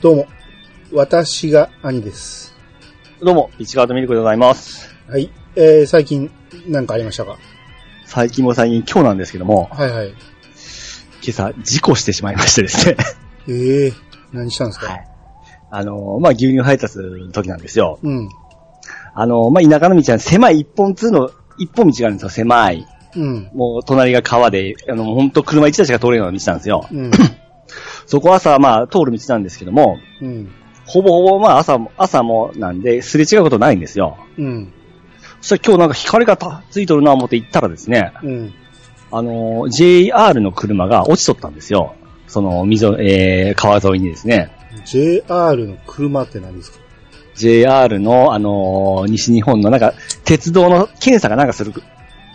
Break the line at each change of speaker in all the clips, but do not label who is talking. どうも、私が兄です。
どうも、市川とミルクでございます。
はい。えー、最近何かありましたか
最近も最近、今日なんですけども、
はいはい。
今朝、事故してしまいましてですね。
ええー、何したんですか、
はい。あのー、まあ、牛乳配達の時なんですよ。
うん。
あのー、まあ、田舎の道は狭い一本通の、一本道があるんですよ、狭い。
うん。
もう、隣が川で、あの、本当車一台しか通れるような道なんですよ。
うん。
そこは朝、まあ、通る道なんですけども、
うん。
ほぼほぼ、まあ、朝も、朝もなんで、すれ違うことないんですよ。
うん。
そしたら今日なんか光がたついとるな思って行ったらですね、
うん。
あのー、JR の車が落ちとったんですよ。その、溝、えー、川沿いにですね。
JR の車って何ですか
JR の、あのー西日本のなんか、鉄道の検査がなんかするグ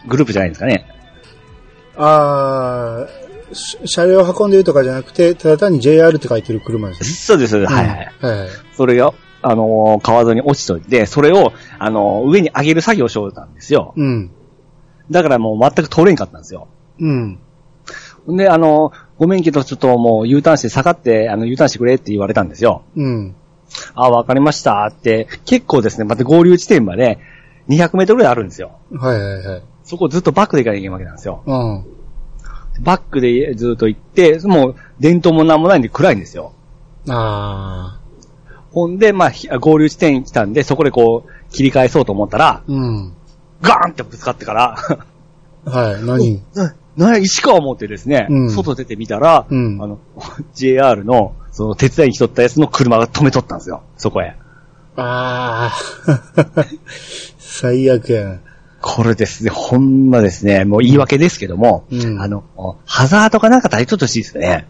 グループじゃないんですかね。
あー、し車両を運んでるとかじゃなくて、ただ単に JR って書いてる車ですね。
そうです、そうですはい、はい。
うん。はいはい。
それが、あのー川沿いに落ちといて、それを、あのー上に上げる作業をしようとしたんですよ。
うん。
だからもう全く通れんかったんですよ。
うん。
んで、あのーごめんけど、ちょっともう U ターンして下がって、あの、U ターンしてくれって言われたんですよ。
うん。
あ、わかりましたって、結構ですね、また合流地点まで200メートルぐらいあるんですよ。
はいはいはい。
そこをずっとバックで行かなきゃいけないわけなんですよ。
うん。
バックでずっと行って、もう電灯もなんもないんで暗いんですよ。
あ
ほんで、まあひ、合流地点に来たんで、そこでこう、切り返そうと思ったら、
ー。うん。
ガーンってぶつかってから、
はい。何
な、 なんや、石川思ってですね、
うん
外出てみたら、
うん
あの、JR の、その、手伝いに来とったやつの車が止めとったんですよ、そこへ。
あー。 最悪やな。
これですね、ほんまですね、もう言い訳ですけども、
うん
あの、ハザードかなんか足りとってほしいですね。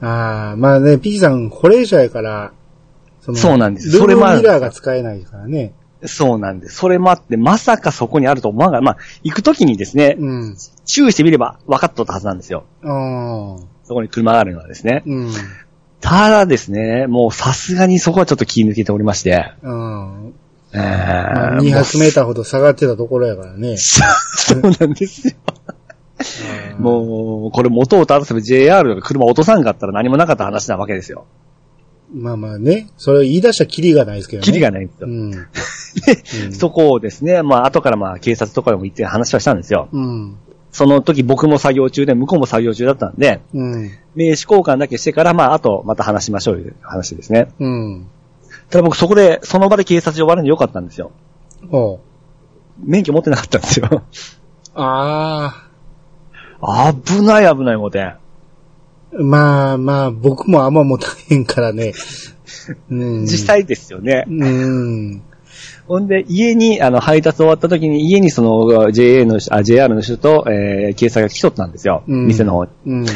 ああ、まあね、P さん高齢者やから、そ
そうなんです
ルー
それ
ムミ
もある
ラーが使えないからね。
そうなんです。それもあって、まさかそこにあると思わなかったまあ、行くときにですね、
うん。
注意してみれば分かっとったはずなんですよ。
ああ。
そこに車があるのはですね。
うん。
ただですね、もうさすがにそこはちょっと気抜けておりまして。
うん。
え
ま
ー
あ200メー
も
ターほど下がってたところやからね
う。 そうなんですよ。もう、これ元を正せば JR が車落とさんかったら何もなかった話なわけですよ。
まあまあね、それを言い出したらキリがないですけどね。
キリがないんです
う
よ。
ん。うん。
そこをですね、まあ、後からまあ、警察とかにも行って話はしたんですよ。
うん。
その時僕も作業中で、向こうも作業中だったんで、
うん。
名刺交換だけしてから、まあ、あと、また話しましょうという話ですね。
うん。
ただ僕、そこで、その場で警察呼ばれるの良かったんですよ。
ほう。
免許持ってなかったんで すよ。
あ
危ない危ない思て。
あ。まあまあ、僕もあんま持たへんからね。うん。
実。際ですよね。
うん。
ほんで、家に、あの、配達終わった時に、家にその、JA の人、あ、JR の人と、えー、警察が来とったんですよ。
うん
店の方に。
うん。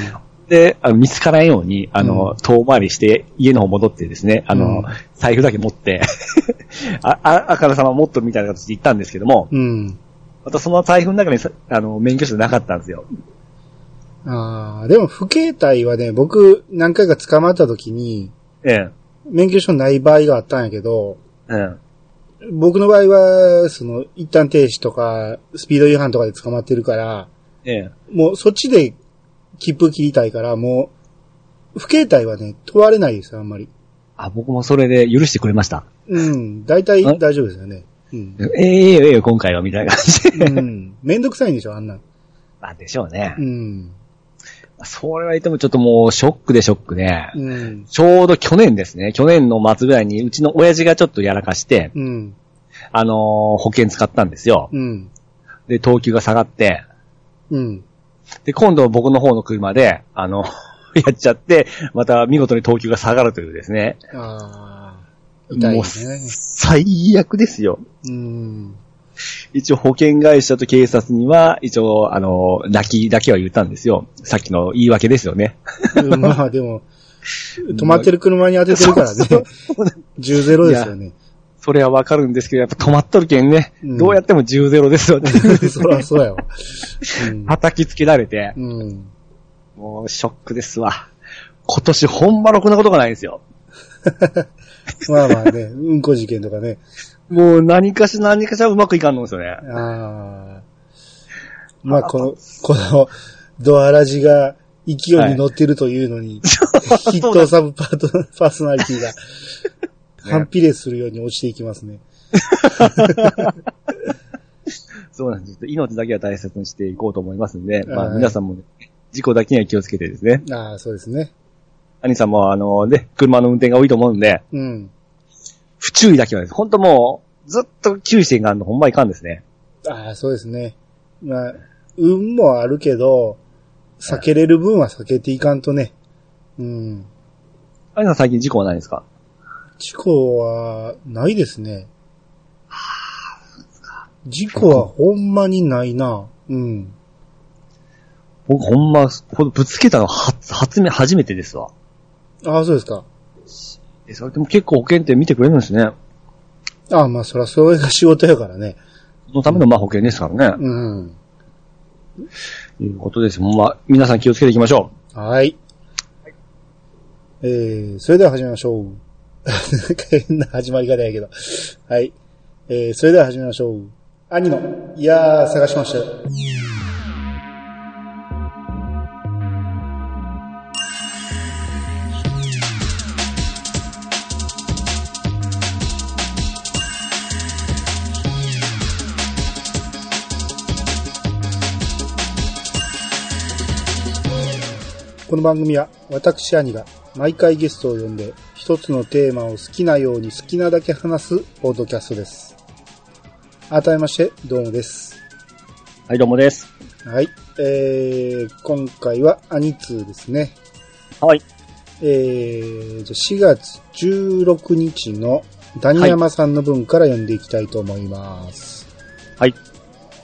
で、あの見つからんように、あ
う
の、
ん
遠回りして、家の方戻ってですね、あの、
うん
財布だけ持って、 あ、あ、あからさま持っとるみたいな形で行ったんですけども、
うん。
またその財布の中にさ、あの、免許証なかったんですよ。
ああ、でも不携帯はね、僕何回か捕まった時に、
ええ。
免許証ない場合があったんやけど、
うん。
僕の場合は、その、一旦停止とか、スピード違反とかで捕まってるから、
ええ。
もうそっちで切符切りたいから、もう、不携帯はね、問われないですよ、あんまり。
あ、僕もそれで許してくれました。
うん、大体
え
大丈夫ですよね。うん。
ええええええ今回は、みたいな感じで。
うん。めんどくさいんでしょ、あんなん。
まあ、でしょうね
う。ん。
それは言ってもちょっともう、ショックでショックで、
うん。
ちょうど去年ですね、去年の末ぐらいに、うちの親父がちょっとやらかして、
うん。
あのー保険使ったんですよ。
うん。
で、等級が下がって、
うん。
で、今度僕の方の車で、あの、 やっちゃって、また見事に等級が下がるというですね。
ああ。痛い
もう
ね。
最悪ですよ。
うん。
一応保険会社と警察には、一応、あの、泣きだけは言ったんですよ。さっきの言い訳ですよ ね。
うんまあでも、止まってる車に当ててるからね。10ゼロですよね。
それはわかるんですけど、やっぱ止まっとるけんね。
うん
どうやっても10ゼロですよね。
そらそうやわ。うん
叩きつけられて、
うん。
もうショックですわ。今年ほんまろくなことがないんですよ。
まあまあね、うんこ事件とかね。
もう何かし何かしらうまくいかんのですよね。
ああ。まあこの、この、ドアラジが勢いに乗ってるというのに、ヒットサブパート、パーソナリティが、反比例するように落ちていきますね。
そうなんです。命だけは大切にしていこうと思いますんで、ま
は
あ
い
皆さんもね、事故だけには気をつけてですね。
ああ、そうですね。
兄さんもあの、ね、車の運転が多いと思うんで、
うん。
不注意だけはです。本当もう、ずっと注意していかんのほんまいかんですね。
ああ、そうですね。まあ、運もあるけど、避けれる分は避けていかんとね。うん。
兄さん最近事故はないですか
事故は、ないですね。事故はほんまにないな。うん。
僕ほんま、ほんとぶつけたの初、初め、初めてですわ。
ああ、そうですか。
え、それでも結構保険って見てくれるんですね。
ああ、まあ、そら、それが仕事やからね。
そのためのまあ保険ですからね。
うん。
ということです。ほんま、皆さん気をつけていきましょ
はい。えー、それでは始めましょう。なんか変な始まり方やけど。はい。えー、それでは始めましょう。兄の、いやー、探しましたよ。この番組は私兄が毎回ゲストを呼んで一つのテーマを好きなように好きなだけ話すポードキャストです。改めまして、どうもです。
う。はい、どうもです。
はい。えー、今回は兄通ですね。
はい。
えー、じゃあ4月16日のダニヤマさんの文から読んでいきたいと思います。
はい。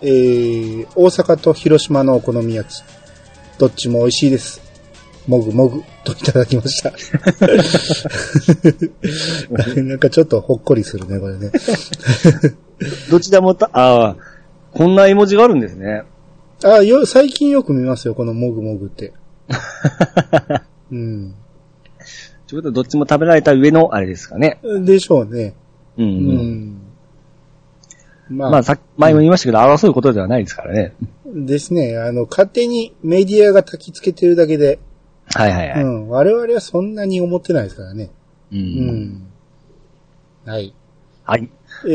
えー、大阪と広島のお好み焼き。どっちも美味しいです。もぐもぐといただきました。 なんかちょっとほっこりするね、これね。
どちらもた、ああ、こんな絵文字があるんですね。
あよ、最近よく見ますよ、このもぐもぐって。うん。
ということはどっちも食べられた上のあれですかね。
でしょうね。
うん
う
うん。
ん。まあ、
まあ、さっき前も言いましたけど、争うことではないですからね。
ですね。あの、勝手にメディアが焚き付けてるだけで、
はいはいは
う
い。
ん。我々はそんなに思ってないですからね。
う
うんん。はい。
はい。
え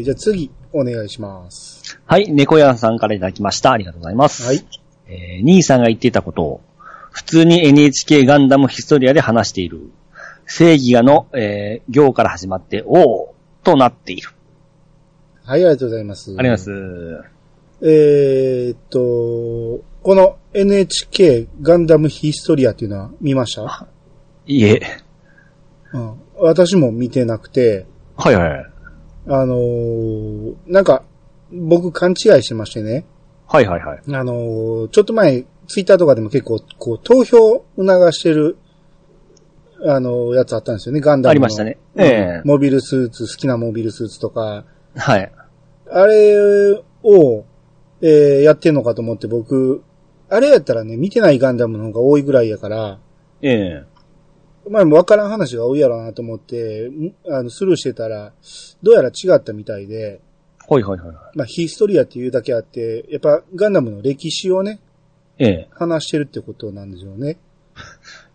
ー、じゃあ次、お願いします。
はい、猫屋さんからいただきました。ありがとうございます。
はい。
えー兄さんが言っていたことを、普通に NHK ガンダムヒストリアで話している。正義がの、えー行から始まって、おーとなっている。
はい、ありがとうございます。
ありがと
う
うござ
ご
います。
ざいます。えーっと、この NHK ガンダムヒストリアっていうのは見ました
いえ。
うん。私も見てなくて、
はいはい。
あのーなんか、僕勘違いしてましてね。
はいはいはい。
あのーちょっと前、ツイッターとかでも結構、こう、投票を促してる、あのーやつあったんですよね、ガンダムの。
ありましたねええ
モビルスーツ、好きなモビルスーツとか、
はい。
あれを、えーやってんのかと思って僕、あれやったらね、見てないガンダムの方が多いぐらいやから、
ええ
まあ、わからん話が多いやろうなと思って、んあの、スルーしてたら、どうやら違ったみたいで、
はいはいはいはい。
まあ、ヒストリアっていうだけあって、やっぱガンダムの歴史をね、
ええ
話してるってことなんですよね。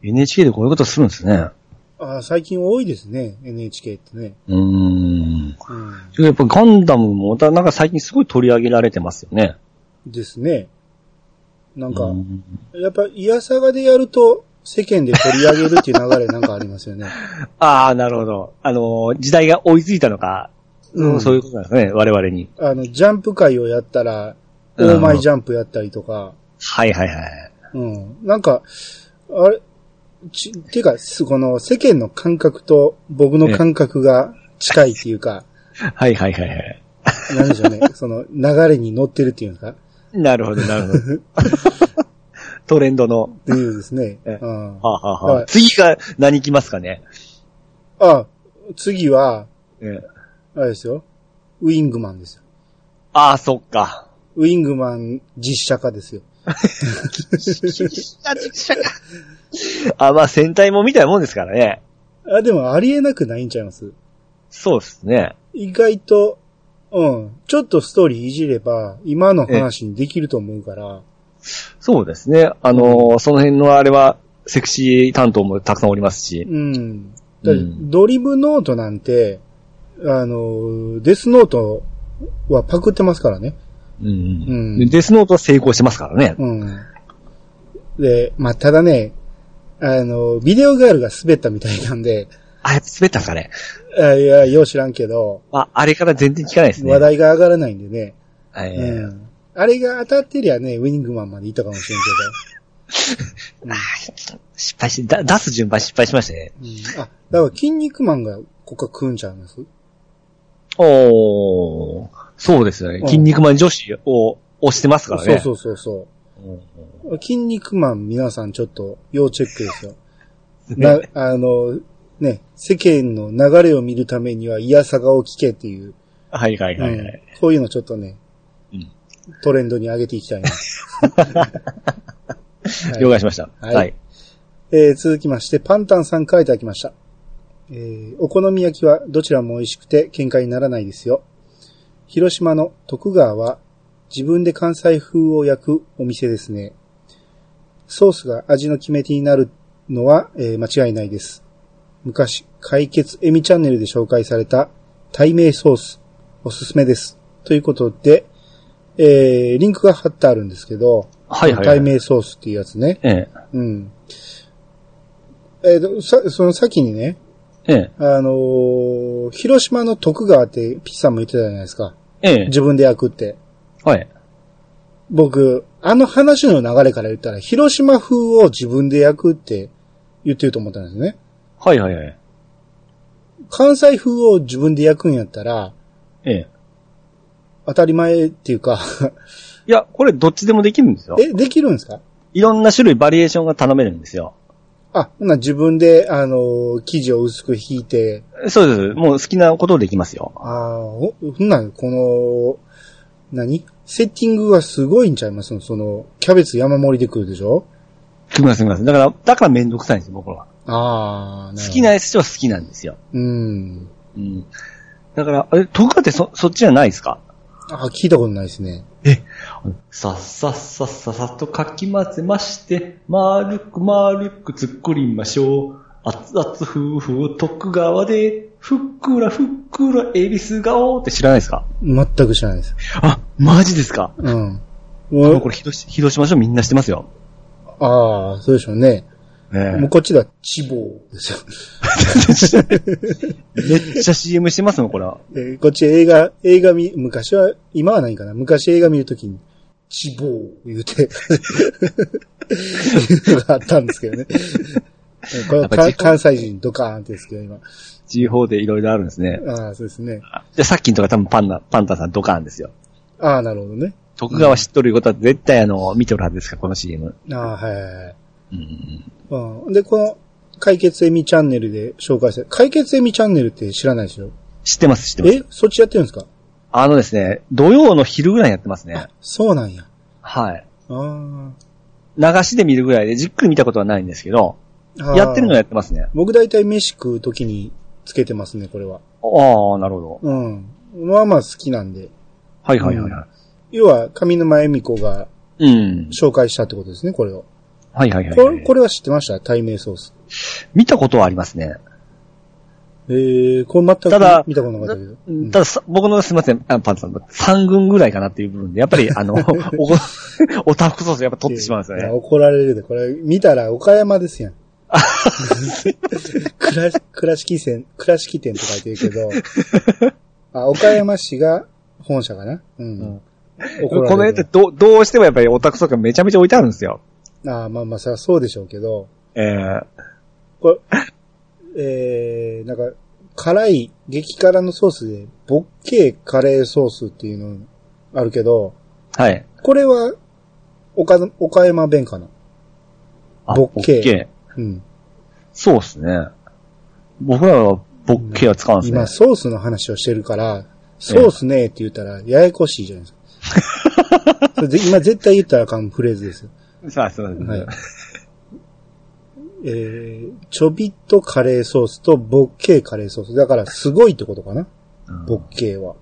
NHK でこういうことするんですね。
あー最近多いですね、NHK ってね。
うーん。
うん、
やっぱガンダムも、またなんか最近すごい取り上げられてますよね。
ですね。なんか、
うん
やっぱ、イヤサガでやると、世間で取り上げるっていう流れなんかありますよね。
ああ、なるほど。あのー、時代が追いついたのか、
うん
そういうことなんですね、我々に。
あの、ジャンプ会をやったら、オ
うん
ーマイジャンプやったりとか、
はいはいはい。
うん。なんか、あれ、ち、てか、すこの世間の感覚と僕の感覚が近いっていうか、
はいはいはいはい。
なんでしょうね。その流れに乗ってるっていうか、っ
なるほど、な るほど。トレンドの。
ていうですね。
え
うん。
はあ、はあ
は
はいあ、次が何来ますかね。
あ、次は、
ええ
あれですよ。ウィングマンですよ。
ああ、そっか。
ウィングマン実写化ですよ。
あ、実写か。あ、まあ戦隊もみたいなもんですからね。
あ、でもありえなくないんちゃいます
そうですね。
意外と、うん。ちょっとストーリーいじれば、今の話にできると思うから、
そうですね。あのーその辺のあれは、セクシー担当もたくさんおりますし、
うん。だから
うん
ドリブノートなんて、あの、デスノートはパクってますからね。
うんうん
うん
でデスノートは成功してますからね。
うん。で、まあ、ただね、あの、ビデオガールが滑ったみたいなんで、
あ、やっぱ滑ったんですかね。
あいや、よう知らんけど、
まあ、あれから全然聞かないですね。
話題が上がらないんでね。。
はいう
ん。あれが当たってりゃね、ウィニングマンまで行ったかもしれん
失敗して、だ出す順番失敗しましたね。
けど。うん、あ、だから、筋肉マンがここから食うんちゃいます
おー、そうですよね
う。ん
筋肉マン女子を押してますからね。
そううそうそうそう。
そう。
筋肉マン皆さんちょっと要チェックです よ。な、あの、ね、世間の流れを見るためには、いやさがを聞けっていう、
はいはいはいは
う
い
ん。そういうのちょっとね、
うん
トレンドに上げていき たいな。はい
了解しました。
はい
はい。
えー続きまして、パンタンさんからいただきました。えーお好み焼きはどちらも美味しくて喧嘩にならないですよ。広島の徳川は自分で関西風を焼くお店ですね。ソースが味の決め手になるのは、えー間違いないです。昔、解決エミチャンネルで紹介された対名ソース、おすすめです。ということで、えーリンクが貼ってあるんですけど、
はいはいは
対
い。
名ソースっていうやつね。
ええ。
うん。えっ、と、さ、その先にね、
ええ。
あのー広島の徳川ってピッさんも言ってたじゃないですか。
ええ。
自分で焼くって。
はい。
僕、あの話の流れから言ったら、広島風を自分で焼くって言ってると思ったんですね。
はいはいはい。
関西風を自分で焼くんやったら、
ええ。
当たり前っていうか
いや、これどっちでもできるんですよ。
え、できるんですか
いろんな種類バリエーションが頼めるんですよ。
あ、ほな自分で、あのー生地を薄く引いて、
そうです。もう好きなことできますよ。
ああ、ほ、ほんならこの、何セッティングがすごいんちゃいますのその、キャベツ山盛りでくるでしょ
すみません、すみません。だから、だからめんどくさいんですよ、僕は。
ああ、るほど
好き。なやつは好きなんですよ。
うん。
うん。だから、あれ、徳川ってそ、そっちじゃないですか
あ聞いたことないですね。
さっさっさっさっさっとかき混ぜまして、丸く丸く作りましょう。熱々夫婦徳川で、ふっくらふっくらエビス顔って知らないですか
全く知らないです。
あ、マジですか
うん。
多
お
分これ、広し広島署みんな知ってますよ。
ああ、そうでしょうね。もう
ね
こっちでは、チボーですよ。
えめっちゃ CM してますもん、これは。
えーこっち映画、映画見、昔は、今はないかな。昔映画見るときに、チボー言うて、いうのがあったんですけどね。こ
や
れ
っぱ
か
自己
関西人ドカーンってですけど、今。
地方でいろいろあるんですね。
ああ、そうですね。
で、さっきのとか多分パンダ、パンダさんドカーンですよ。
ああ、なるほどね。
徳川知っとることは絶対あの、見てるはずですから、この CM。
ああ、はいはいはい。
うんうん
うん、で、この、解決エミチャンネルで紹介して、解決エミチャンネルって知らないでしょ
知ってます、知ってます。
えそっちやってるんですか
あのですね、土曜の昼ぐらいにやってますね。
そうなんや。
はい。
あ
流しで見るぐらいで、じっくり見たことはないんですけど、
あ。
やってるのは
ね。
やってますね。
僕大体飯食うときにつけてますね、これは。
ああ、なるほど。
うん。まあまあ好きなんで。
はいはいはいは
要は、上沼恵美子が
い。うん。
紹介したってことですね、これを。
はいはいはい
こ
は
れ
い。
これは知ってました対名ソース。
見たことはありますね。
えー、これ全く
ただ
見たことなかったけど。うん
たださ、僕のすいません、あパンツさん、3軍ぐらいかなっていう部分で、や っぱり、あの、おこ、おたふくソースやっぱ取ってしまうんですよ
いや
ね。
怒られるで、これ、見たら岡山です やん。倉倉敷線、倉敷店って書いてるけど、あ、岡山市が本社かなうん。
うん
怒
この
られ
辺
る
って
で。
ど、どうしてもやっぱりオタクソースがめちゃめちゃ置いてあるんですよ。
あまあまあ、それはそうでしょうけど、
ええ
これ、えー、なんか、辛い、激辛のソースで、ボッケーカレーソースっていうのあるけど、
はい。
これは、岡、岡山弁かな
あ
ボッケー
ケー
うん。
そうですね。僕らはボッケーは使うんですね。
今、ソースの話をしてるから、ソースねえって言ったら、ややこしいじゃないです か。それで今絶対言ったらあかんフレーズですよ。
さあ、すいません。
はい。えー、ちょびっとカレーソースとボッケーカレーソース。だから、すごいってことかな
うん
ボッケーは。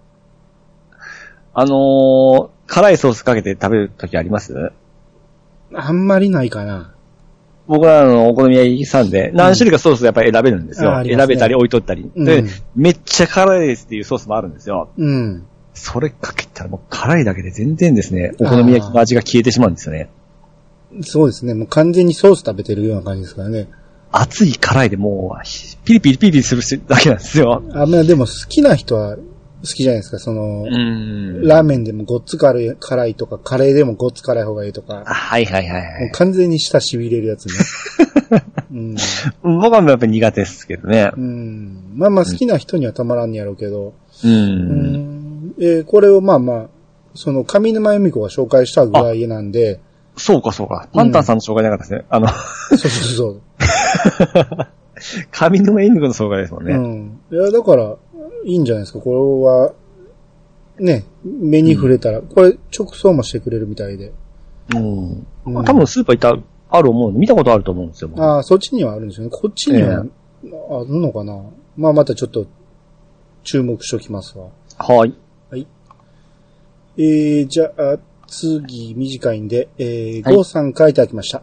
あのー、辛いソースかけて食べるときあります
あんまりないかな。
僕らのお好み焼きさんで、何種類かソースやっぱり選べるんですよ。
あありますね
選べたり置いとったり、
うん
で、めっちゃ辛いですっていうソースもあるんですよ。
うん。
それかけたらもう辛いだけで全然ですね、お好み焼きの味が消えてしまうんですよね。
そうですね。もう完全にソース食べてるような感じですからね。
熱い辛いでもう、ピリピリピリピリするしだけなんですよ。
あ、まあでも好きな人は好きじゃないですか。その、
ん
ラーメンでもごっつ辛い辛いとか、カレーでもごっつ辛い方がいいとか、
はいはいはいは
もう
い。
完全に舌痺れるやつ ね。うん。
僕はやっぱり苦手ですけどね。
うん。まあまあ好きな人にはたまらんやろうけど、
う。
うんん。えーこれをまあまあ、その上沼恵美子が紹介したぐらいなん で、
そうかそうか。パンタンさんの紹介じゃなかったですね。あの、
そうそうそう。
上沼恵美子の紹介ですもんね。
うん。いや、だから、いいんじゃないですか。これは、ね、目に触れたら、これ直送もしてくれるみたいで。
うん。
うん
まあ多分スーパー行った、ある思うんで、見たことあると思うんですよ。僕
ああ、そっちにはあるんですよね。こっちには、あるのかな。まあ、またちょっと、注目しときますわ。
はい。
えー、じゃあ、次、短いんで、えー、
はい
ゴーさん書いてあきました。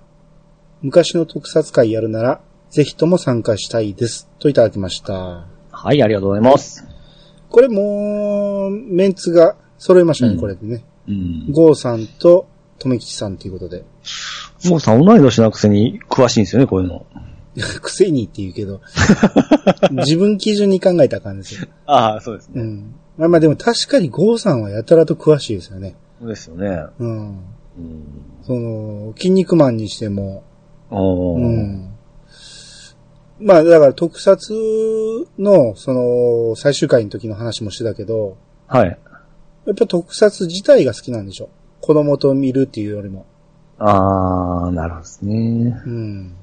昔の特撮会やるなら、ぜひとも参加したいです。といただきました。
はい、ありがとうございます。
これもう、メンツが揃いましたね、
うん
これでね。
うん。
ゴーさんと、とめきちさんということで。
もうさん、同い年なくせに詳しいんですよね、こういうの。
くせにって言うけ ど、自分基準に考えたらあかんですよ。
ああ、そうです
う
ね。
ん。まあまあでも確かにゴーさんはやたらと詳しいですよね。
そうですよね。
うん。
うん。
その、筋肉マンにしても、
お
う
ー。
ん。まあだから特撮の、その、最終回の時の話もしてたけど、
はい。
やっぱ特撮自体が好きなんでしょ。子供と見るっていうよりも。
ああ、なるほどですね。
うん。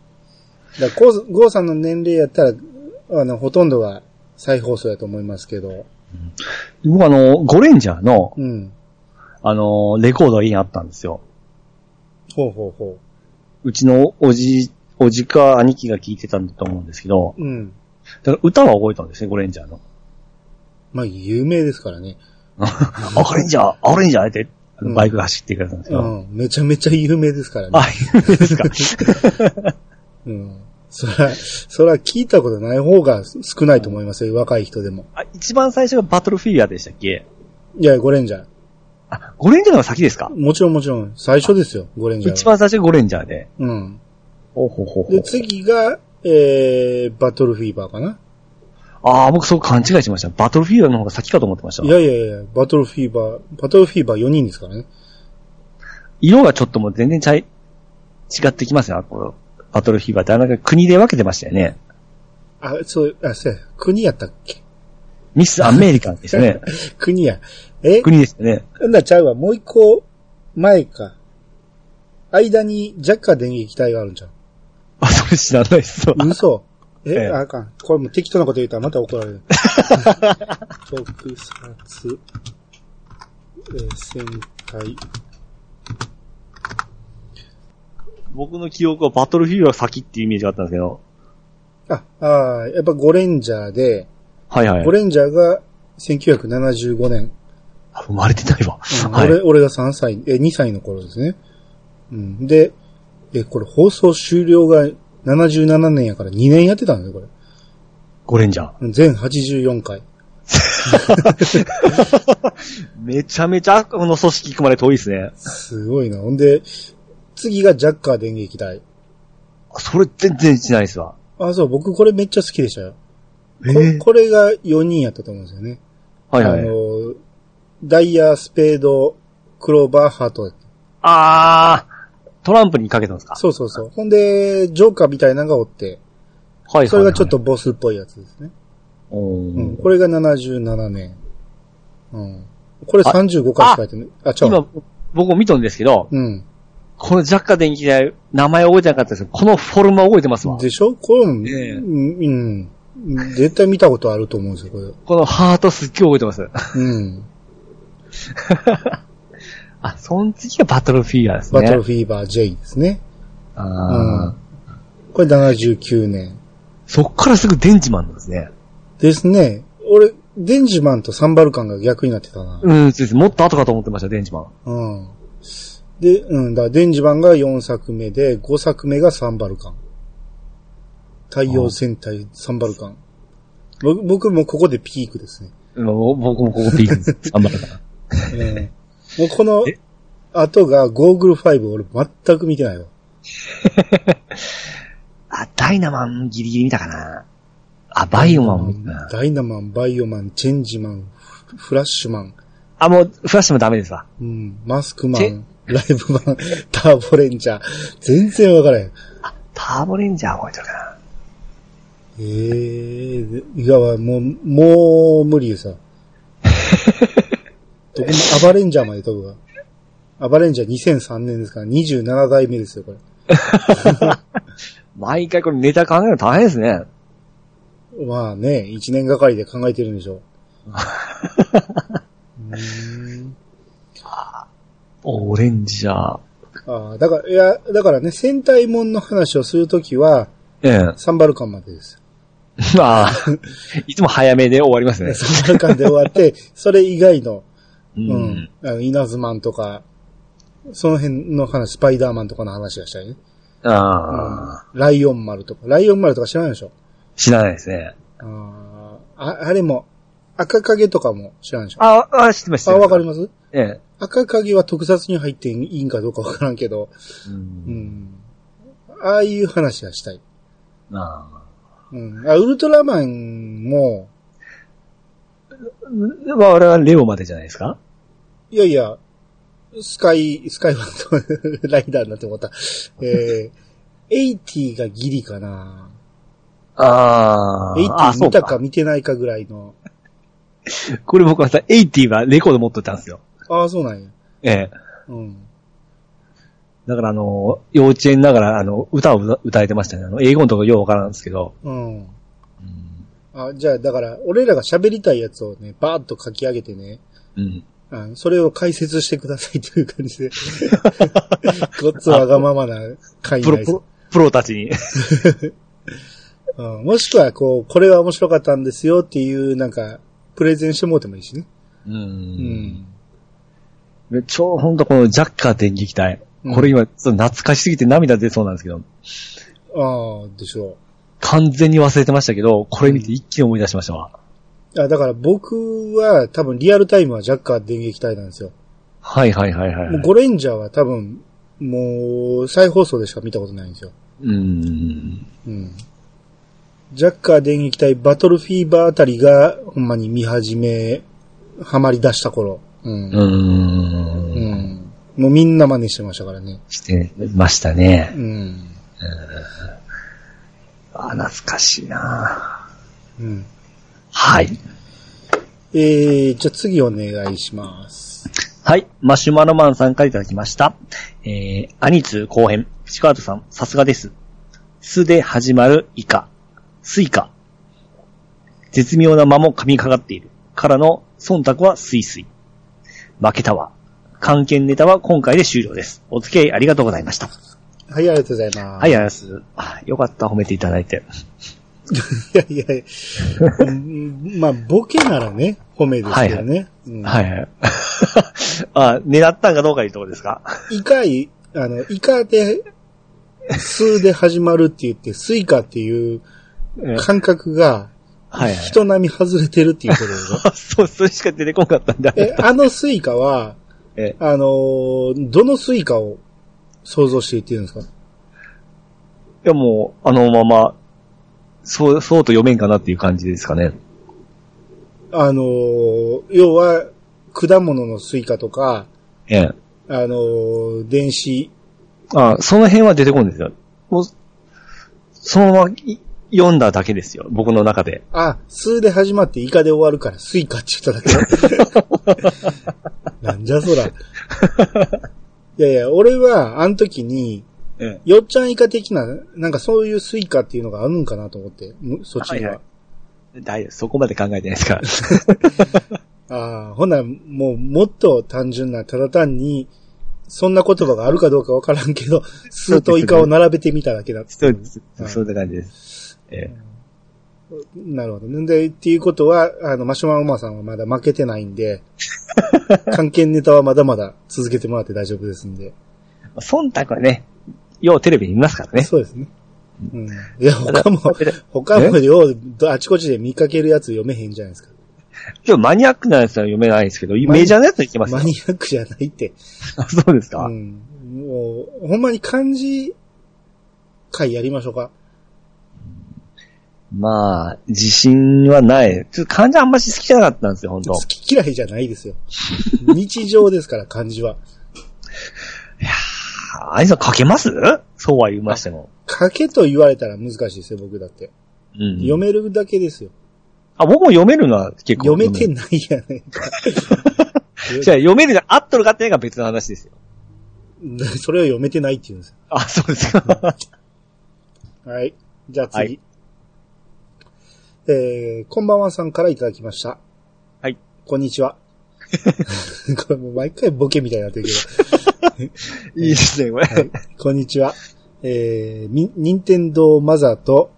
だからゴーゴーさんの年齢やったら、あの、ほとんどが再放送やと思いますけど、
僕あの、ゴレンジャーの、
うん。
あの、レコードが家にあったんですよ。
ほうほうほ
うちのおじ、おじか兄貴が聞いてたんだと思うんですけど、
う。うん。
だから歌は覚えたんですね、ゴレンジャーの。
まあ、有名ですからね。
あ、ゴレンジャー、あゴレンジャーって、あのバイクが走っていくやつなんです
う
よ。
ん。めちゃめちゃ有名ですからね。
あ、い いですか。
うん。そら、そら聞いたことない方が少ないと思いますよ。若い人でも。
あ一番最初がバトルフィギュアでしたっけ
いや、ゴレンジャー。
あ、ゴレンジャーの方が先ですか
もちろんもちろん。最初ですよ、ゴレンジャーは。
一番最初がゴレンジャーで。
うん。
ほうほうほうほう
で、次が、えー、バトルフィーバーかな。
ああ、僕そう勘違いしました。バトルフィギュアの方が先かと思ってました
い。やいやいや、バトルフィーバー、バトルフィーバー4人ですからね。
色がちょっともう全然ちゃい、違ってきますよ、このバトルフィーバーって。あなんか国で分けてましたよね。
あ、そう、あ、そうや、国やったっけ
ミス・アメリカンです よね。
国や。え
国ですよね。
なんだちゃうわ、もう一個、前か。間に若干電撃隊があるんじゃん。
あ、それ知らないですわ。
嘘。え、
ええ
あかん。これもう適当なこと言うたらまた怒られ る。特撮、えー戦隊。
僕の記憶はバトルフィーバーが先っていうイメージがあったんですけど。
あ、あーやっぱゴレンジャーで、
はいはい
ゴ。レンジャーが1975年。
あ生まれてないわ。
うん
はい。
俺俺が3歳、え、2歳の頃ですね。うん、で、え、これ放送終了が77年やから2年やってたんだよ、これ。
ゴレンジャー。
全84回。
めちゃめちゃこの組織行くまで遠いですね。
すごいな。ほんで、次がジャッカー電撃隊。
あそれ全然しないですわ。
あ、そう、僕これめっちゃ好きでしたよ。
え
ここれが4人やったと思うんですよね。
はい
あ
はい。
の、ダイヤ、スペード、クローバー、ハート。
あー、トランプにかけたんですか
そうそうそう。ほんで、ジョーカーみたいなのがおって、
はいはいはい。
それがちょっとボスっぽいやつですね。
お
うん。
ー。
これが77年。うん。これ35回しかやってない。あ、ちゃう。
今、僕も見とんですけど、
うん。
このジャッカ電気代、名前覚えてなかったですけど、このフォルムは覚えてますわ。
でしょこれも、
ねえ
うん。うん絶対見たことあると思うんですよ、これ。
このハートすっげえ覚えてます。
うん。
あ、その次がバトルフィギュアですね。
バトルフィーバー J ですね。
あー
これ79年。
そっからすぐデンジマンなんですね。
ですね。俺、デンジマンとサンバルカンが逆になってたな。
うん、そうです。もっと後かと思ってました、デンジマン。
うん。で、うんだ、電磁版が4作目で、5作目がサンバルカン。太陽戦隊サンバルカン。ぼ僕もここでピークですね。
もう僕もここピーク です。頑張ったから。
ええもうこの
え
後がゴーグル5俺全く見てないわ。
あ、ダイナマンギリギリ見たかな。あ、バイオマンも見たな。
ダイナマン、バイオマン、チェンジマン、フフラッシュマン、
あ、もう、フラッシュもダメですわ。
うん、マスクマ
チェ
ン、ライブマン、ターボレンジャー。全然わからへん。
ターボレンジャー覚えてるかな。
ええいや、もう、もう無理さ。どこもアバレンジャーまで飛ぶわ。アバレンジャー2003年ですから、27代目ですよ、これ。
毎回これネタ考えるの大変ですね。
まあね、一年がかりで考えてるんでしょう。うーん
オレンジャー。
ああ、だから、いや、だからね、戦隊もんの話をするときは、
ええ。
サンバルカンまでです。
まあ、 いつも早めで終わりますね。
サンバルカンで終わって、それ以外の、
う
うん、
ん。
あの、イナズマンとか、その辺の話、スパイダーマンとかの話がしたいね。
ああ、
ライオン丸とか、ライオン丸とか知らないでしょ
知らないですね。
あーあ、あれも、赤影とかも知らないでしょ
ああ、知ってます、知
あ、
って
わ
ま
か
す。
ります
ええ。
赤影は特撮に入っていいんかどうかわからんけど、
う。
うんん。ああいう話はしたい。
あ
うん。あ、ウルトラマンも、
あ。まあ、俺はレオまでじゃないですか
いやいや、スカイ、スカイワンド ライダーになって思った。えー、エイティがギリかな。
あ
エイテ
あ、
ィ
そう
見たか
か。
見てないかぐらいの。
これ僕はさ、エイティはレコード持っとったんですよ。
ああ、そうなんや。
ええ。
うん。
だからあの、幼稚園ながらあの、歌を歌歌えてましたね。あの、英語のとこようわからんですけど。
うん。あ、じゃあ、だから、俺らが喋りたいやつをね、バーッと書き上げてね、
うん。
あそれを解説してくださいという感じで。 ごっつわがままな回
プ
にな
ロ、
り
プ
そう
ロ、プロたちに。
うん。もしくは、こう、これは面白かったんですよっていう、なんか、プレゼンしてもうてもいいしね。
う。
うんん。
でちょ、ほんとこのジャッカー電撃隊。
うん
これ今、ちょっと懐かしすぎて涙出そうなんですけど、
ああ、でしょ
完全に忘れてましたけど、これ見て一気に思い出しましたわ。
う。あだから僕は多分リアルタイムはジャッカー電撃隊なんですよ。
はいはいはいはい。
もうゴレンジャーは多分もう再放送でしか見たことないんですよ。
うん。
うん。ジャッカー電撃隊バトルフィーバーあたりがほんまに見始め、ハマり出した頃。うん。
う。
うんん。もうみんな真似してましたからね。
してましたね。
うん。
あ、懐かしいな
うん。
はい。
えー、じゃあ次お願いします。
はい。マシュマロマンさんからいただきました。えー、アニツー後編。ピチカートさん、さすがです。すで始まるイカ。スイカ。絶妙な間も噛みかかっている。からの、忖度はスイスイ。負けたわ。関係ネタは今回で終了です。お付き合いありがとうございました。
はい、ありがとうございます。
はい、ありがとうございます。あよかった、褒めていただいて。
いや いやいや、うんまあ、ボケならね、褒めですけどね。うん
はいはい。 あ、狙ったんかどうかいうところですか
イカイ、あの、イカで、数で始まるって言って、スイカっていう感覚が、
はいはい。
人並み外れてるっていうことでしょ
そう、それしか出てこなかったんだ。
え、あのスイカは、
え
あのーどのスイカを想像して言ってるんですか
いやもう、あのまま、そう、そうと読めんかなっていう感じですかね。
あのー要は、果物のスイカとか、
ええ。
あのー電子、
あその辺は出てこんですよ。もう、そのままい読んだだけですよ。僕の中で。
あ、数で始まってイカで終わるからスイカって言っただ け。なんじゃそら。いやいや、俺は、あの時に、
ええ。
よっちゃんイカ的な、なんかそういうスイカっていうのがあるんかなと思って、むそっちには。
はいはい大丈夫。そこまで考えてないで すから。
ああ、ほな、もうもっと単純な、ただ単に、そんな言葉があるかどうかわからんけど、数とイカを並べてみただけだっ
そ
た
うです。そんな感じです。ええ。
なるほどね。で、っていうことは、あの、マシュマロマさんはま だ負けてないんで、関係ネタはまだまだ続けてもらって大丈夫ですんで。
まあ忖度はね、ようテレビで見ますからね。
そうですね。うん。いや、他も
だから
他もよう、あちこちで見かけるやつ読めへんじゃないですか。
でもマニアックなやつは読めないですけど、
ニ
メジャーなやつはいけますよ
マニアックじゃないって。
あ そうですか、
うん。もう、ほんまに漢字会やりましょうか。
まあ、自信はない。ちょっと患者あんまし好きじゃなかったんですよ、本当
好き嫌いじゃないですよ。 日常ですから、漢字は。
ああいつは書けますそうは言いましても。
書けと言われたら難しいですよ、僕だって。
うん。
読めるだけですよ。
あ、僕も読めるのは結構
読めて
る。
ないやないか。
じゃ読めるじゃ合っとるかっていうのが別の話ですよ。
それを読めてないって言うんですよ。
あ、そうですか。
はい。じゃあ次。
はい
えー、こんばんはさんからいただきました。
はい。
こんにち は。これもう毎回ボケみたいになってるけど。
いいですね、これ。
こんにちは。えー、み、任天堂マザーと、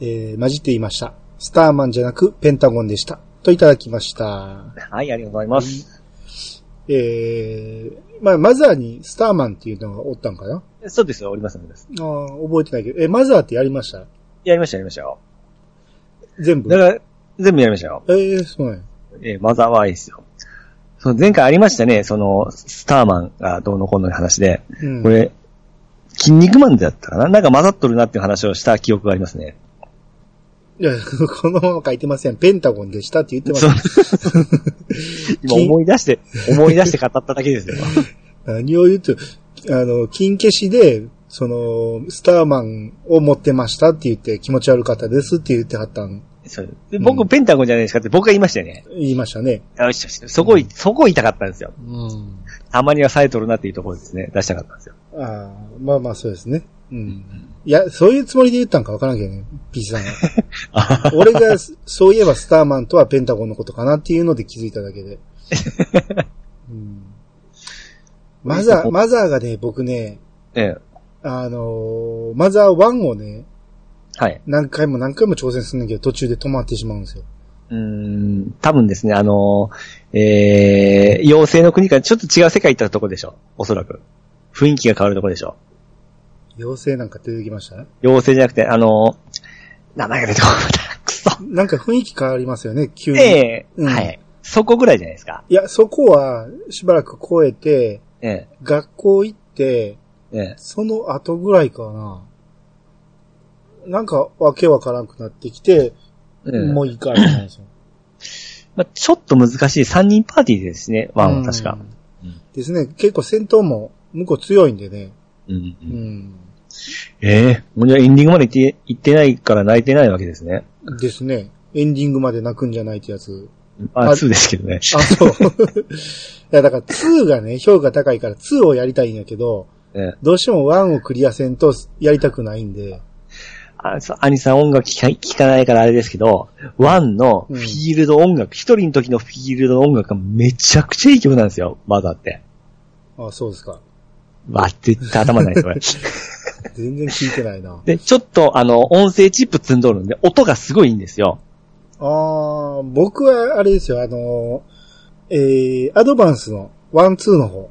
えー、混じっていました。スターマンじゃなくペンタゴンでした。といただきました。
はい、ありがとうございます。
えー、まあ、マザーにスターマンっていうのがおったんかな
そうですよ、おります、おります。
あー覚えてないけど。え、マザーってやりました
やりました、やりましたよ。
全部
だ。から、全部やりましたよ。
えー、そうなんや。
えーマザーはいいですよ。そう、前回ありましたね、その、スターマンがどうのこうのの話で、
うん。
これ、筋肉マンだったかななんか混ざっとるなっていう話をした記憶がありますね。
いや、 このまま書いてません。ペンタゴンでしたって言ってます
そう。 今思い出して、思い出して語っただけですよ。
何を言うと、あの、金消しで、その、スターマンを持ってましたって言って、気持ち悪かったですって言ってはったん、
そうで僕、ペンタゴンじゃないですかって僕が言いましたよね。
言いましたね。
よしよし。そこ、そこ痛かったんですよ。
うん。
たまには冴えとるなっていうところですね。出したかったん ですよ。
ああ、まあまあそうですね。うん。いや、そういうつもりで言ったんかわからんけどね、ピーチさんが。 俺が、そういえばスターマンとはペンタゴンのことかなっていうので気づいただけで。 うん、マザー、マザーがね、僕ね、
ええ。
あのーマザー1をね、
はい。
何回も何回も挑戦するんだけど、途中で止まってしまうんですよ。
うーん、多分ですね、あのー、えー、妖精の国からちょっと違う世界行ったとこでしょ。おそらく。雰囲気が変わるとこでしょ。
妖精なんか出てきました
妖精じゃなくて、あのー、名前が出てこなか った。くそ。
なんか雰囲気変わりますよね、急に。
ええ
うん
はい。そこぐらいじゃないですか。
いや、そこは、しばらく超えて、
え
学校行って、
えええ
その後ぐらいかな。なんか、わけわからんくなってきて、
ええ
もういいか、みたいなんですよ。
まあ、ちょっと難しい3人パーティーですね、ワンは確か。
うん。ですね。結構戦闘も、向こう強いんでね。
うんう
うんん。
ええもうじゃあエンディングまで行って行ってないから泣いてないわけですね。
ですね。エンディングまで泣くんじゃないってやつ。
あ、
あ
2ですけどね。
あ、 そう。いや、だから2がね、評価高いから2をやりたいんやけど、
ええ
どうしても1をクリアせんとやりたくないんで、
あそう兄さん音楽聞か聞かないからあれですけど、ワンのフィールド音楽、一、人の時のフィールドの音楽がめちゃくちゃいい曲なんですよ、まだって。
あ、そうですか。
わ、絶対頭ないです、こ れ。
全然聞いてないな。
で、ちょっとあの、音声チップ積んどるんで、音がすごいいいんですよ。
ああ、僕はあれですよ、あのー、えー、アドバンスの1、2の方。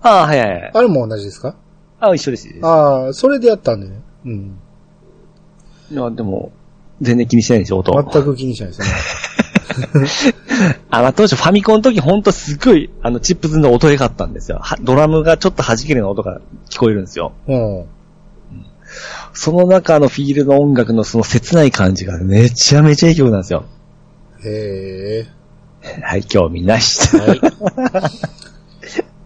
ああ、はいはいはい。
あれも同じですか
ああ、一緒です。あ
ああ、それでやったんでね。うん。
でも、全然気にしないでしょ、音。
全く気にしないですね。
あ、まあ、当初ファミコンの時ほんとすごい、あの、チップ積んで音良かったんですよ。はドラムがちょっと弾けるような音が聞こえるんですよ。
うん。
その中のフィールドの音楽のその切ない感じがめちゃめちゃいい曲なんですよ。
へえ。
はい、興味なし。
はい。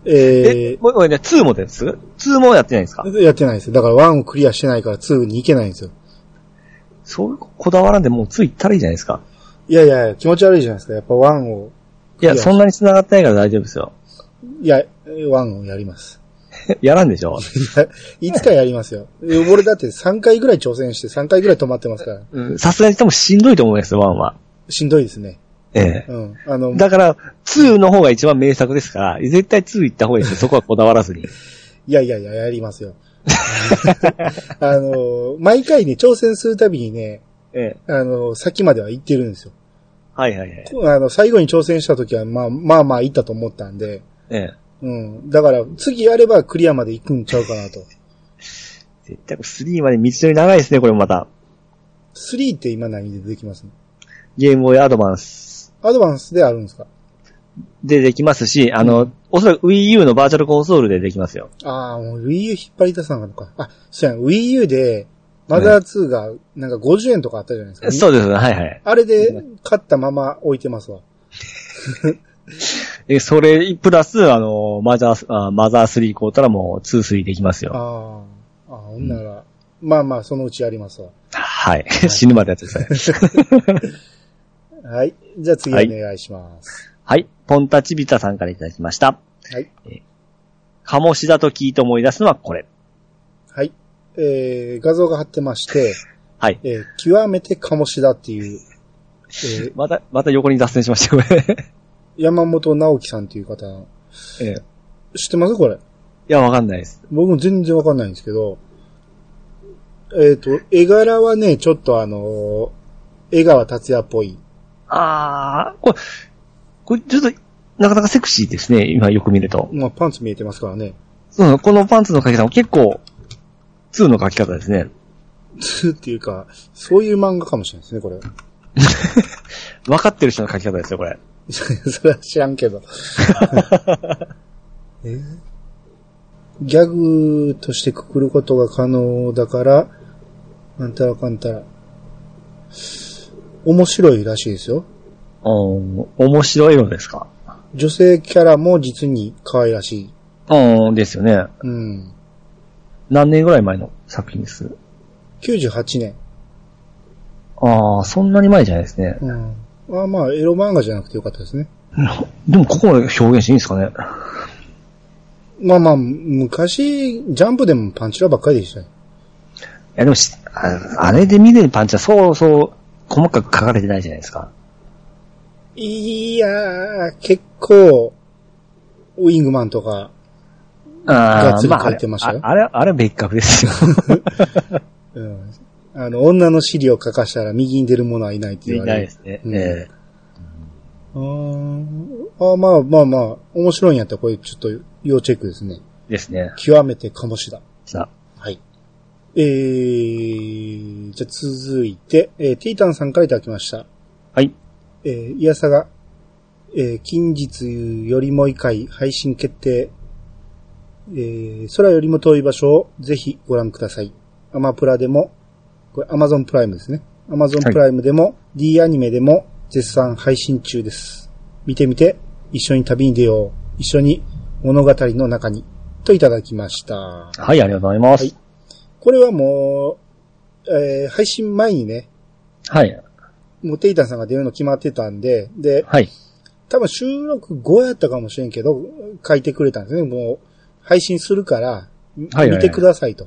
え
え、
もう、もうね、2もです。2もやってないんですか
ー、やってないです。だから1をクリアしてないから2に行けないんですよ。
そういうこだわらんでもう2行ったらいいじゃないですか。
いやいや、気持ち悪いじゃないですか。やっぱワンを、
いや、
いや
そんなに繋がってないから大丈夫ですよ。
いや、ワンをやります。
やらんでしょ
いやいつかやりますよ。え俺だって3回ぐらい挑戦して3回ぐらい止まってますから。
さすがに多分しんどいと思いますよ、1は。
しんどいですね。
ええ。
うん。あの、
だから、2の方が一番名作ですから、絶対2行った方がいいですよ。そこはこだわらずに。
いやいやいや、やりますよ。 あの、毎回ね、挑戦するたびにね、
ええ。
あの、先までは行ってるんですよ。
はいはいはい。
あの、最後に挑戦した時は、まあ、まあまあ行ったと思ったんで、
ええ。
うん。だから、次やればクリアまで行くんちゃうかなと。
絶対これ3まで道のり長いですね、これもまた。
3って今何でできます
ゲームボーイアドバンス
アドバンスであるんですか
でできますし、あの、おそらく Wii U のバーチャルコンソールでできますよ。
ああ、もう Wii U 引っ張り出さなかったのか。あ、そうやん。Wii U で、マザー2が、なんか50円とかあったじゃないですか。
そうですね、はいはい。
あれで、買ったまま置いてますわ。
でそれ、プラス、あの、マザー、あマザー3買うたらもう2、3できますよ。
ああ、あほんなら、まあまあ、そのうちやりますわ。
はい。死ぬまでやってください。
はい。じゃあ次お願いします。
はい。ポンタチビタさんからいただきました。
はい。
鴨志田と聞いて思い出すのはこれ。
はい。えー、画像が貼ってまして、
はい。
えー、極めて鴨志田っていう、えー、
また、また横に脱線しました、これ。
山本直樹さんっていう方、
ええ
知ってますこれ。
いや、わかんないです。
僕も全然わかんないんですけど、えっ、と、絵柄はね、ちょっとあのー江川達也っぽい。
あー、これ、これちょっと、なかなかセクシーですね、今よく見ると。
まあ、パンツ見えてますからね。
そう、このパンツの書き方も結構、2の書き方ですね。
っていうか、そういう漫画かもしれないですね、これ。
わかってる人の書き方ですよ、これ。
それは知らんけど。 えーギャグとしてくくることが可能だから、なんたらかんたら。面白いらしいですよ。
うん、面白いのですか。
女性キャラも実に可愛らしい。
うん、ですよね。
うん。
何年ぐらい前の作品です
98年。
あー、そんなに前じゃないですね。
うん。まあまあ、エロ漫画じゃなくてよかったですね。
でもここまで表現していいんですかね。
まあまあ、昔、ジャンプでもパンチラばっかりでしたよ。
いやでもし、ああれで見れるパンチはそうそう細かく書かれてないじゃないですか。
いやー、結構、ウィングマンとか、が
あ
っつ
あ、
り
まあ、
書
あ
い
れ
てましたよ、
ああれ、あれは別格ですよ。
うん。あの、女の尻を書かしたら右に出る者はい ないって
い
言わ
ない
れ
で
る。
すね。
うん
ええ
うーん。あまあまあまあ、面白いんやったらこれちょっと要チェックですね。
ですね。
極めて鴨志田。
じゃあ、
はい。えー、じゃあ続いて、えー、ティータンさんからいただきました。
はい。
えー、いやさが、えー、近日よりも一回配信決定。えー、空よりも遠い場所をぜひご覧ください。アマプラでも、これアマゾンプライムですね。アマゾンプライムでも、D アニメでも絶賛配信中です。見てみて、一緒に旅に出よう。一緒に物語の中に。といただきました。
はい、ありがとうございます。
これはもう、えー、配信前にね、
はい。
もうテイタンさんが出るの決まってたんで、で、
はい。
多分収録後やったかもしれんけど、書いてくれたんですね。もう、配信するから、み
はいはいはい
見てくださいと。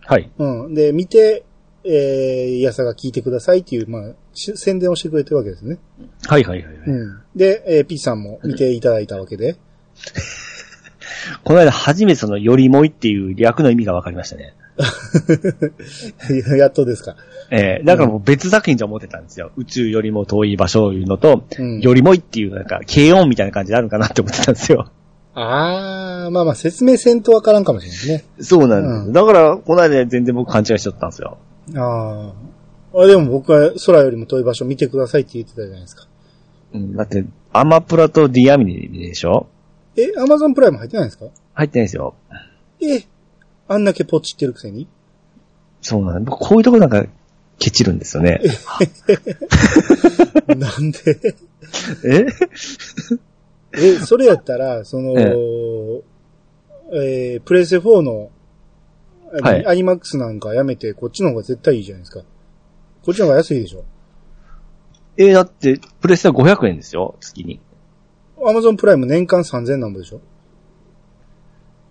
はい。
うん。で、見て、えー、やさが聞いてくださいっていう、まあ、し宣伝をしてくれてるわけですね。
はい、はい、はい。はい
うん。で、えー、ピッチさんも見ていただいたわけで。
この間初めてその、よりもいっていう略の意味が分かりましたね。
やっとですか。
ええだからもう別作品じゃ思ってたんですよ。宇宙よりも遠い場所いうのと、
うん
よりもいっていうなんか、軽音みたいな感じであるかなって思ってたんですよ。
あー、まあまあ、説明せんとわからんかもしれないね。
そうなんです。
うん
だから、この間全然僕勘違いしちゃったんですよ。
ああ。あでも僕は空よりも遠い場所見てくださいって言ってたじゃないですか。
うん、だって、アマプラとディアミネでしょ
え、アマゾンプライム入ってないんですか
入ってないですよ。
え、あんだけポチってるくせに
そうなんだ。僕こういうとこなんか、ケチるんですよ ね。
なんで
え
え、それやったら、その、えープレイステ4の、
は
ア
い
ニアニマックスなんかやめて、こっちの方が絶対いいじゃないですか。こっちの方が安いでしょ。
えだって、プレステは500円ですよ、月に。
アマゾンプライム年間3000なんぼでしょ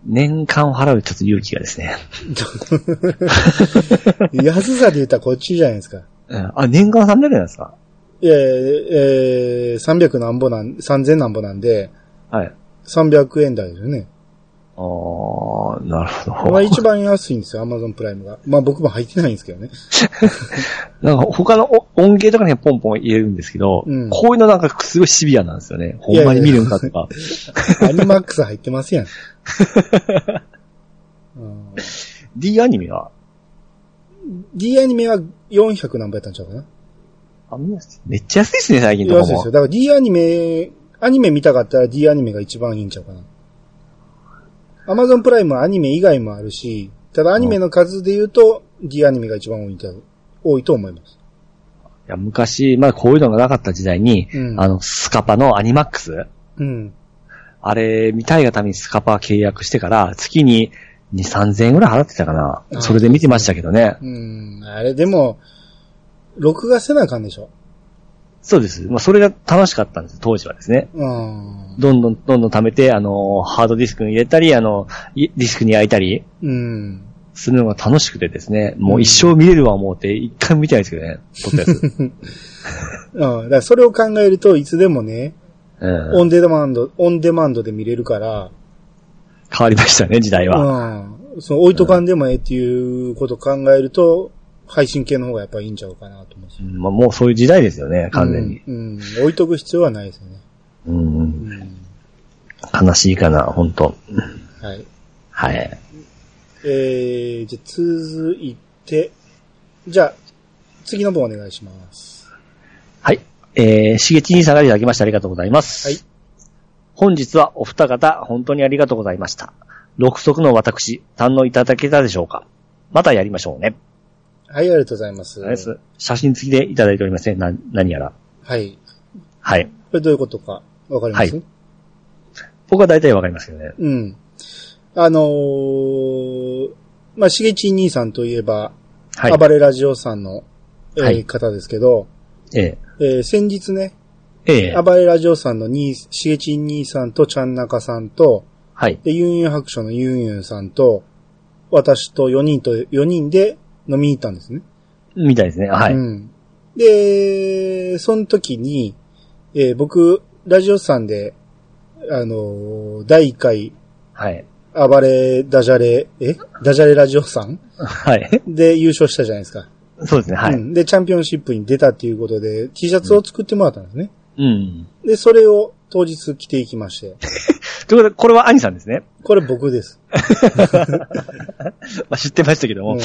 年間を払うちょっと勇気がですね。
安さで言ったらこっちじゃないですか。
うんあ、年間300円なんですか
いやえー、300なんぼなん、3000なんぼなんで、
はい。
300円台ですよね。
ああ、なるほ
これ
ど
が。一番安いんですよ、アマゾンプライムが。まあ僕も入ってないんですけどね。
なんか他のお音源とかにはポンポン入れるんですけど、
うん
こういうのなんかすごいシビアなんですよね。ほんまに見るんか とか。
アニマックス入ってますやん。うん、
D アニメは、
D アニメは400何倍やったんちゃうかな。
あみんなめっちゃ安いですね、最近とかも。
安いですよ。だから D アニメ、アニメ見たかったら D アニメが一番いいんちゃうかな。アマゾンプライムはアニメ以外もあるし、ただアニメの数で言うと D アニメが一番多いんちゃう多いと思います。
いや、昔、まあこういうのがなかった時代に、
うん
あの、スカパのアニマックス
うん。
あれ、見たいがためにスカパ契約してから、月に2、3000円ぐらい払ってたかな。
うん
それで見てましたけどね。
うん。あれでも、録画せなあかんでしょ。
そうです。まあそれが楽しかったんです、当時はですね。
うん。
どんどんどんどん貯めて、あの、ハードディスクに入れたり、あの、いディスクに焼いたり
うん。
するのが楽しくてですね、もう一生見れるわ思うて、一回も見てないですけどね、撮ったやつ。
うん。だからそれを考えるといつでもね、
うん、
オンデマンド、オンデマンドで見れるから、
変わりましたね、時代は。
うん。その置いとかんでもええっていうことを考えると、配信系の方がやっぱいいんちゃうかなと思うし。
うんまあ、もうそういう時代ですよね、完全に。
うん。うん置いとく必要はないですよね。
うんうん
うん。
悲しいかな、本当
はい。
はい。
えー、じゃあ続いて、じゃあ、次の分お願いします。
はい。えー、しげちに下がりいただきましてありがとうございます。
はい。
本日はお二方、本当にありがとうございました。六足の私、堪能いただけたでしょうかまたやりましょうね。
はい、ありがとうございます。
す写真付きでいただいておりますね、な、何やら。
はい。
はい。
これどういうことか、わかります、
はい僕は大体わかりますけどね。
うん。あのー、まあ、しげち兄さんといえば、
はい。
暴れラジオさんの、えー
はい
方ですけど、
え
えー先日ね、
え。ええ。
暴れラジオさんの兄、しげちん兄さんとちゃんなかさんと、
はい。
で、ユンユン白書のユンユンさんと、私と4人と、4人で飲みに行ったんですね。
みたいですね。はい。
うん。で、その時に、えー僕、ラジオさんで、あのー第1回、
はい。
暴れ、ダジャレ、えダジャレラジオさん
はい。
で優勝したじゃないですか。
そうですね。はい。
う
うん。
んで、チャンピオンシップに出たっていうことで、T シャツを作ってもらったんですね。で、それを当日着ていきまして。
ということで、これは兄さんですね。
これ僕 です。
まあ、知ってましたけども。
うん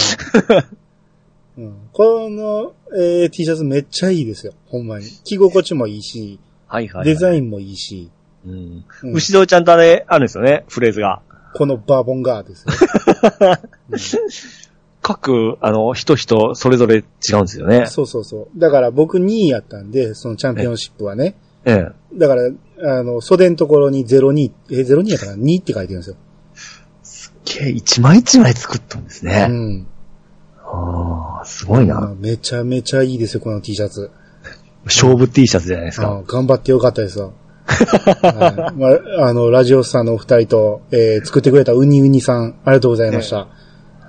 うんこの、えー T シャツめっちゃいいですよ。ほんまに。着心地もいいし、
はいはいはい。
デザインもいいし、
ン。うん。
うん
牛堂ちゃんとあれ、あるんですよね、フレーズが。
このバーボンガーです よ。
各、あの、人人、それぞれ違うんですよね。
そうそうそう。だから僕2位やったんで、そのチャンピオンシップはね。
ええ。
だから、あの、袖のところに02、えー、02やから2って書いてるんですよ。
計一枚一枚作ったんです
う
ね。
ん。
ああ、すごい
まあ
な。
めちゃめちゃいいですよ、この T シャツ。
勝負 T シャツじゃないですか。
あ頑張ってよかったです よ。はいまあ、あの、ラジオスさんのお二人と、えー作ってくれたウニウニさん、ありがとうございました。はい。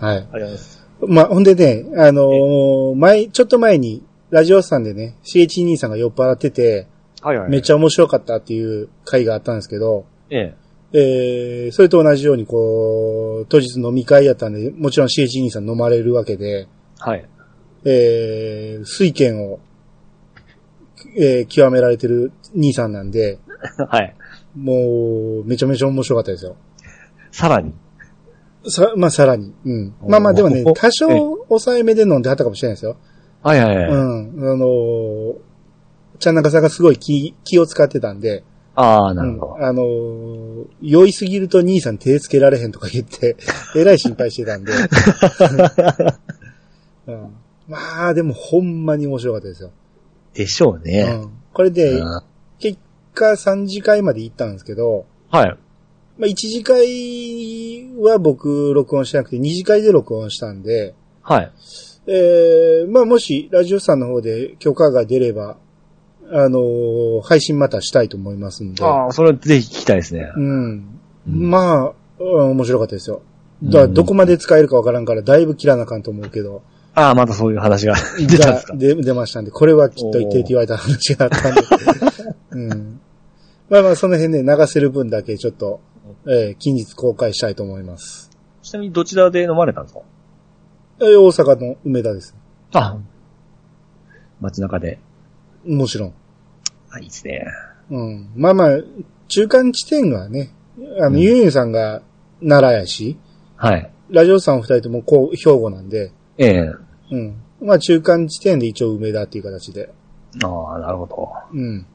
ありがとうございます。
まあ、ほんでね、あのー前、ちょっと前に、ラジオスさんでね、CH 兄さんが酔っ払ってて、
はいはい。
めっちゃ面白かったっていう回があったんですけど、
ええ。
えー、それと同じように、こう、当日飲み会やったんで、もちろん CH 兄さん飲まれるわけで、
はい。
えー、水拳を、えー極められてる兄さんなんで、
はい。
もう、めちゃめちゃ面白かったですよ。
さらに。
さ、まあ、さらに。うん。まあまあ、
おー
でもね
お、
多少
ええ
抑えめで飲んではったかもしれないですよ。
はいはいうはい。
ん。あのー、ちゃんなかさんがすごい気、気を使ってたんで、
ああ、
う
なる
ん
ほど。。
あのー、酔いすぎると兄さん手つけられへんとか言 って、えらい心配してたんで。うん。まあ、でもほんまに面白かったですよ。
でしょう
う
ね。
ん。これで
う、ん
結果3次会まで行ったんですけど、
はい。
まあ、1次会は僕録音してなくて、2次会で録音したんで、
はい。
えー、まあもしラジオさんの方で許可が出れば、あのー配信またしたいと思いますんで、
ああ、それはぜひ聞きたいですね。
うん。
うん
まあ、うん面白かったですよ。だからどこまで使えるかわからんから、だいぶ切らなあかんと思うけど、
ああ、またそういう話が出たんですか
が。で出ましたんで、これはきっと言ってって言われた 話があったんで、うん。まあまあ、その辺ね、流せる分だけちょっと、えー近日公開したいと思います。
ちなみにどちらで飲まれたんですか
えー大阪の梅田です。
あ、街中で。
もちろん。
あ、いいですね。
うん。まあまあ、中間地点がね、あ
うん
の、ゆうゆうさんが奈良やし、
はい。
ラジオさんお二人ともこう、兵庫なんで、
ええ
うん。まあ中間地点で一応梅田っていう形で。
ああ、なるほど。
うん。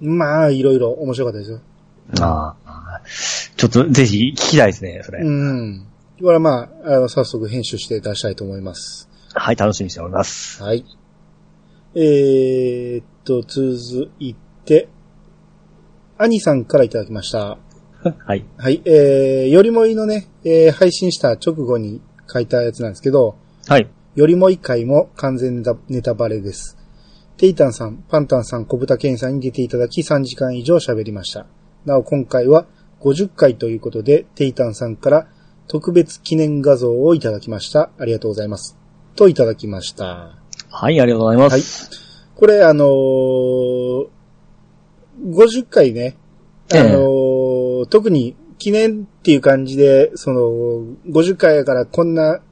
まあ、いろいろ面白かったですよ。
ああ。ちょっと、ぜひ、聞きたいですね、それ。
うん。これはまあ、あの、早速編集して出したいと思います。
はい、楽しみにしております。
はい。えー、っと、続いて、兄さんからいただきました。
はい。
はい、えー、よりもいのね、えー配信した直後に書いたやつなんですけど、
はい。
よりもい回も完全ネタネタバレです。テイタンさん、パンタンさん、小豚ケンさんに出ていただき3時間以上喋りました。なお今回は50回ということで、テイタンさんから特別記念画像をいただきました。ありがとうございます。といただきました。
はい、ありがとうございます。
これあのー、50回ね、あのー特に記念っていう感じで、その、50回やからこんな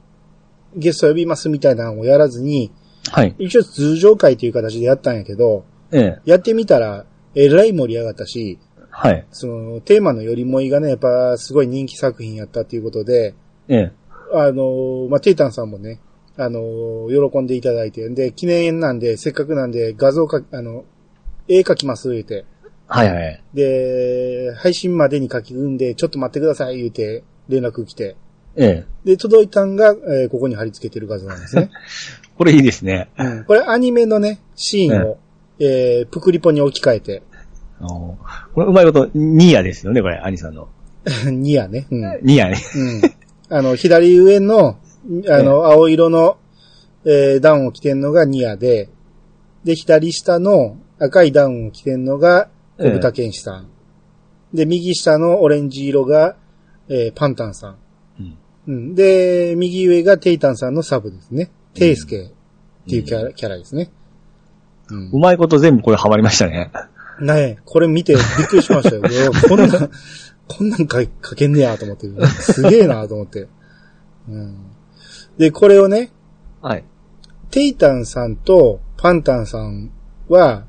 ゲスト呼びますみたいなのをやらずに、
はい。
一応通常会という形でやったんやけど、
ええ
やってみたら、えらい盛り上がったし、
はい。
その、テーマのよりもいがね、やっぱすごい人気作品やったっていうことで、
ええ
あのーまあ、テイタンさんもね、あのー喜んでいただいて、で、記念なんで、せっかくなんで、画像か、あの、絵描きます、言うて。
はい、はい。
で、配信までに書き込んで、ちょっと待ってください、言うて、連絡来て。
ええ
で、届いたんが、えーここに貼り付けてる画像なんです ね。
これいいですね。
うんこれアニメのね、シーンを、えー、プクリポに置き換えて、
あのこれうまいこと、ニーヤですよね、これ、兄さんの。
ニアね。うん。
ニーヤね。
うん。あの、左上の、あの、青色の、えーダウンを着てんのがニアで、で、左下の赤いダウンを着てんのが、小豚健志さん。で、右下のオレンジ色が、えーパンタンさん。
うん
うん。で、右上がテイタンさんのサブですね。テイスケっていうキャラ,、キャラですね。うん
うまいこと全部これハマりましたね。
ねえ、これ見てびっくりしましたよ。うわこんなん、こんなんか書けんねやと思って、すげえなと思って、うん。で、これをね、
はい。
テイタンさんとパンタンさんは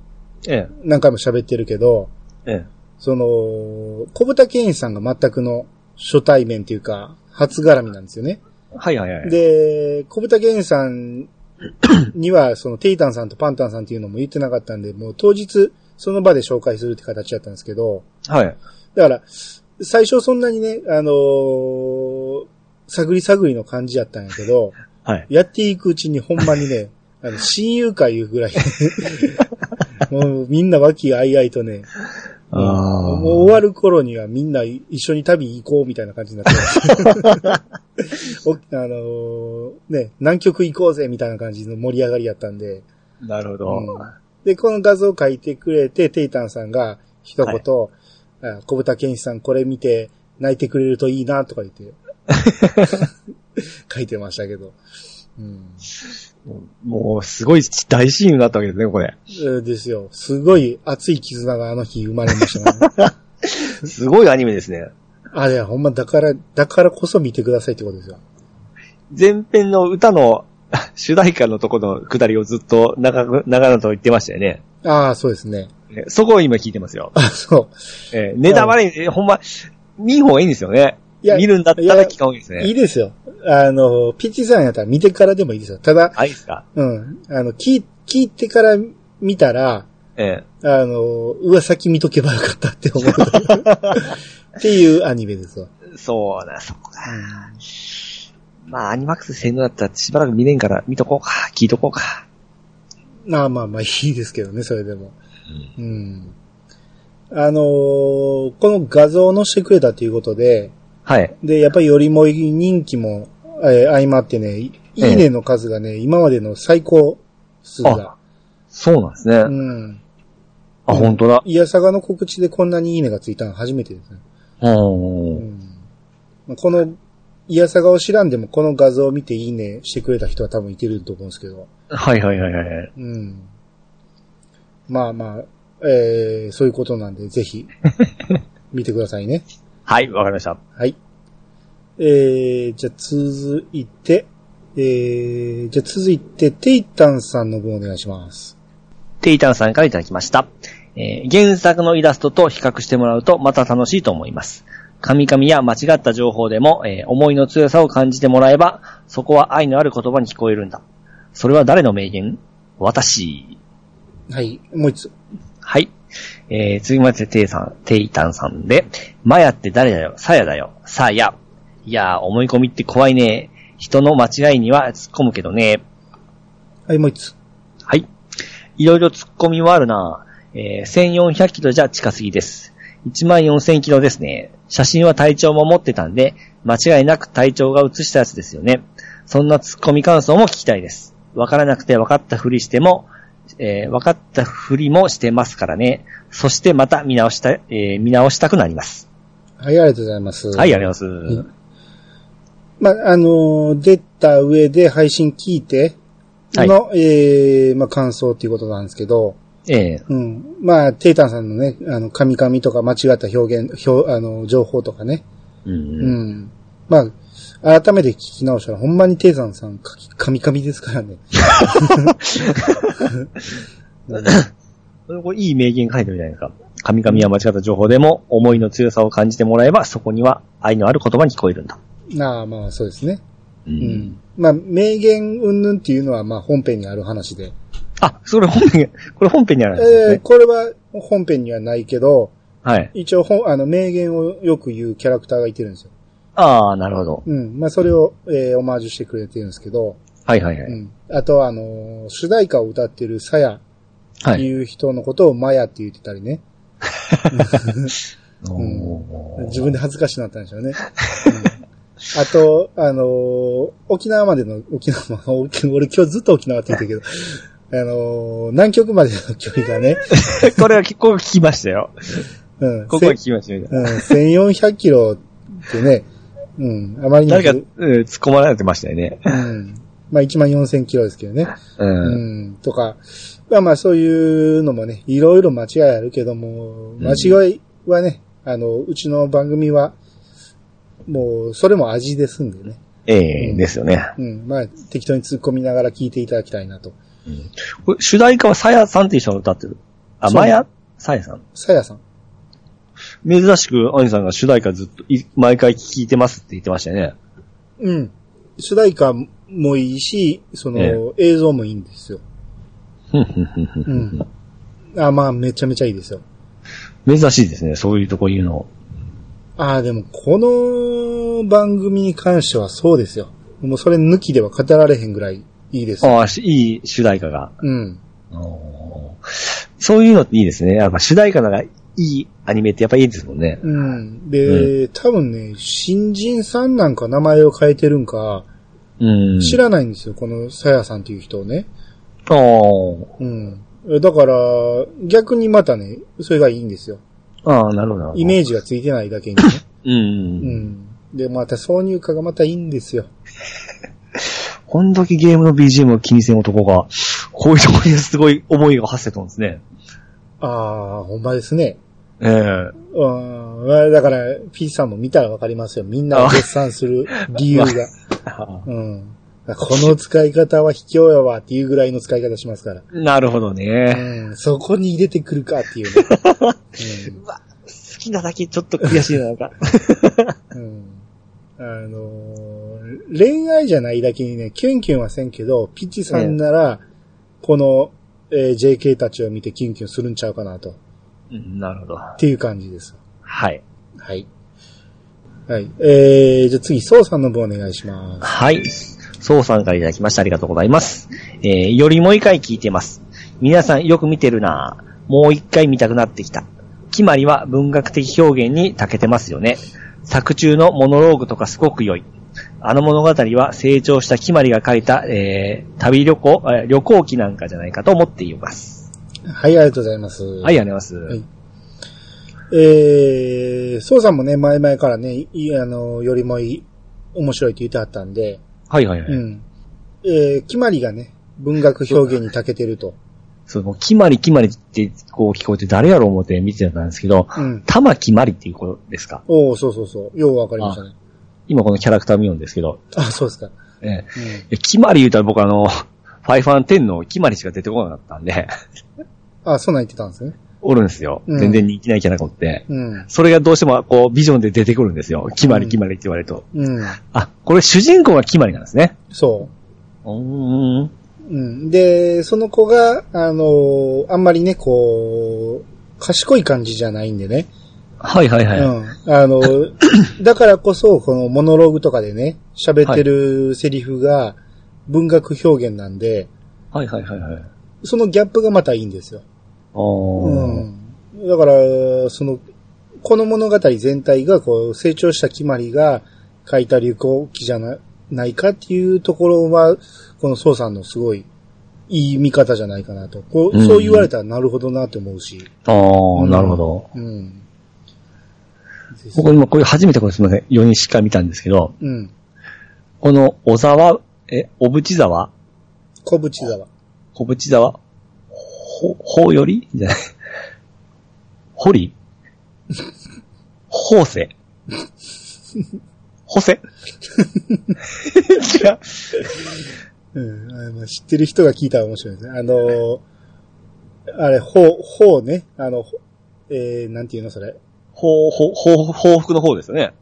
ええ
何回も喋ってるけど、
ええ
その、小豚健一さんが全くの初対面というか、初絡みなんですよね。
はい、はい、はい。
で、小豚健一さんには、そのテイタンさんとパンタンさんっていうのも言ってなかったんで、もう当日その場で紹介するって形だったんですけど、
はい。
だから、最初そんなにね、あのー探り探りの感じやったんやけど、
はい。
やっていくうちにほんまにね、あの、親友会いうぐらい、もうみんな和気あいあいとね、
ああ。
もう終わる頃にはみんな一緒に旅行こうみたいな感じになってます。おあのーね、南極行こうぜみたいな感じの盛り上がりやったんで、
なるほ
う
ど
ん。で、この画像を書いてくれて、テイタンさんが一言、
はい
あ小豚健一さんこれ見て泣いてくれるといいなとか言 って、書いてましたけど。うん、
もう、すごい大シーンだったわけですね、これ。
えーですよ。すごい熱い絆があの日生まれました からね。
すごいアニメですね。
あれはほんまだから、だからこそ見てくださいってことですよ。
前編の歌の 主題歌のとこの下りをずっと長く、長々と言ってましたよね。
ああ、そうですね。
えそこを今聞いてますよ。
あそう。
えーネタバレ、えーほんま、見ん方がいいんですよね。
いや
見るんだったら聞かん方がいいです
いい
ね。
ですよ。あの、ピッチさんやったら見てからでもいいですよ。ただ、
あ、いいですか
うん。あの、聞い聞いてから見たら、
え
あの、うわ、先見とけばよかったって思う。っていうアニメですわ。
ーそうな、そこだ。まあ、アニマックス専能だったらしばらく見ねんから、見とこうか、聞いとこうか。
まあまあまあいいですけどね、それでも。うん。あのーこの画像を載せてくれたということで、
はい。
で、やっぱりよりも人気も、えー相まってね、い
ええ
いいねの数がね、今までの最高数が。
そうなんですね。
うん。
あ、本当だ。
いやさがの告知でこんなにいいねがついたの初めてですね。
うん
うんこの、いやさがを知らんでもこの画像を見ていいねしてくれた人は多分いてると思うんですけど。
はいはいはいはい。
うん。 まあまあ、えー、そういうことなんで、ぜひ、見てくださいね。
はい、わかりました。
はい。えー、じゃあ続いて、えー、じゃあ続いて、テイタンさんの分お願いします。
テイタンさんからいただきました。えー原作のイラストと比較してもらうとまた楽しいと思います。神々や間違った情報でも、えー思いの強さを感じてもらえば、そこは愛のある言葉に聞こえるんだ。それは誰の名言私。
はい、もう一つ。
はい。えー、続きまして、テイさん、テイタンさんで、マヤって誰だよサヤだよ。サヤ。いやー、思い込みって怖いね。人の間違いには突っ込むけどね。
はい、もう一つ。
はい。いろいろ突っ込みはあるな。えー1400キロじゃ近すぎです。14000キロですね。写真は体調も持ってたんで、間違いなく体調が写したやつですよね。そんな突っ込み感想も聞きたいです。わからなくて分かったふりしても、えー分かったふりもしてますからね。そしてまた見直した、えー見直したくなります。
はい、ありがとうございます。
はい、ありがとうございます。
まあ、あのー出た上で配信聞いての、えー、まあ、感想っていうことなんですけど、
えー
うん。まあ、テイタンさんのね、あの、神々とか間違った表現、表、あの、情報とかね。
うん
うん。まあ、改めて聞き直したら、ほんまにテイタンさん、かき神々ですからね。
これいい名言書いてるじゃないですか。神々は間違った情報でも思いの強さを感じてもらえば、そこには愛のある言葉に聞こえるんだ。
ああ、まあ、そうですね。
う
う。ん。まあ、名言云々っていうのは、まあ、本編にある話で。
あ、それ本編に、これ本編にあるんです
えー
ね。
これは本編にはないけど、
はい。
一応本、あの、名言をよく言うキャラクターがいてるんですよ。
ああ、なるほど。
うん。まあ、それを、えーオマージュしてくれてるんですけど、
はいはいは
う
い。
ん。あとは、あのー主題歌を歌ってるサヤっ
は
て
い。
いう人のことをマヤって言ってたりね。
おー
自分で恥ずかしくなったんでしょ うね。うんあと、あのー沖縄までの、沖縄、 まあ沖俺今日ずっと沖縄って言って るけど、あのー南極までの距離がね、
これは結構聞きましたよ。
うん、
ここは聞きましたよ。
うん、1400キロってね、うん、あまりにも
誰か、うん突っ込まれてましたよね。
うん、まあ1万4000キロですけどね、
う。
うんん、とか、まあまあそういうのもね、いろいろ間違いあるけども、間違いはね、あの、うちの番組は、もう、それも味ですんでね。
ええ
うん
ですよね。
うん、まあ、適当に突っ込みながら聞いていただきたいなと。
これ主題歌はさやさんっていう人が歌ってる。あ、
そう
まやさやさん。
さやさん。
珍しく、アニさんが主題歌ずっとい、毎回聞いてますって言ってましたよね。
うん。主題歌もいいし、その、
え
映像もいいんですよ。
ふんふんふんふん
うん。あ、まあ、めちゃめちゃいいですよ。
珍しいですね、そういうとこ言うの。
ああ、でも、この番組に関してはそうですよ。もうそれ抜きでは語られへんぐらいいいです。
ああ、しいい主題歌が。
うん。
そういうのっていいですね。やっぱ主題歌がいいアニメってやっぱいいですもんね。
うん。で、多分ね、新人さんなんか名前を変えてるんか、
うん。
知らないんですよ、このさやさんっていう人をね。
あー
うん。だから、逆にまたね、それがいいんですよ。
あー、なるほどなるほど。
イメージがついてないだけにね。
う。
うんん。で、また挿入歌がまたいいんですよ。
こんだけゲームの BGM を気にせん男が、こういうところにすごい思いが発せとんですね。
あー、ほんまですね。
ええ
うん。まあだから、ピーさんも見たらわかりますよ。みんなを絶賛する理由が。うん。この使い方は卑怯やわっていうぐらいの使い方しますから。
なるほどね。
うん。そこに入れてくるかっていうね。
好きなだけちょっと悔しいな、なんか。
うん。うんあのー恋愛じゃないだけにね、キュンキュンはせんけど、ピッチさんなら、この、えー JK たちを見てキュンキュンするんちゃうかなと。
うんなるほど。
っていう感じです。
はい。
はい。はい。えー、じゃあ次、ソウさんの分お願いします。
はい。そうさんからいただきました。ありがとうございます。えー、よりもう一回聞いてます。皆さんよく見てるなぁもう一回見たくなってきた。決まりは文学的表現に長けてますよね。作中のモノローグとかすごく良い。あの物語は成長した決まりが書いた、えー、旅旅行、えー旅行記なんかじゃないかと思っています。
はい、ありがとうございます。
はい、ありがとうござ
はいい
ま
えー、ソウさんもね、前々からね、いいあの、よりもいい、面白いって言ってあったんで、
す。はい、はい、は
う
い。
ん。えー、決まりがね、文学表現に長けてると。
その、決まり決まりってこう聞こえて誰やろう思って見てたんですけど、
うん。
玉木まりっていうことですか
おおそうそうそう。ようわかりましたね。
今このキャラクター見ようんですけど、
あそうですか。
ええ、決まり言うたら僕あの、ファイファン10の決まりしか出てこなかったんで、
うん。あそんなん言ってたんですね。
おるんですよ。
うん
全然人気ないキャラがおって。
うん。
それがどうしてもこう、ビジョンで出てくるんですよ。決まり決まりって言われると。
うん。
あ、これ主人公が決まりなんですね。
そう
ーん。
う。うん。で、その子が、あのーあんまりね、こう、賢い感じじゃないんでね。
はいはいはい。
うん。あの、 だからこそ、このモノローグとかでね、喋ってるセリフが文学表現なんで、
はいはいはいはい。
そのギャップがまたいいんですよ。
お
う
ー。
ん。だから、その、この物語全体が、こう、成長した決まりが書いた流行期じゃなないかっていうところは、この宋さんのすごいいい見方じゃないかなと。こ
うん
う、そう言われたらなるほどなって思うし。
あー、
うん
なるほど。
うん。
僕今これ初めてこれすみません。4人しか見たんですけど、
うん。
この小沢、え、小淵沢
小淵沢。
小淵沢ほ、ほうよりじゃない。ほりほうせ。ほせ違う。
うんあの。知ってる人が聞いたら面白いですね。あのー、あれ、ほう、ほうね。あの、ほえー、なんていうのそれ。
ほう、ほう、ほう、報復の方ですよね。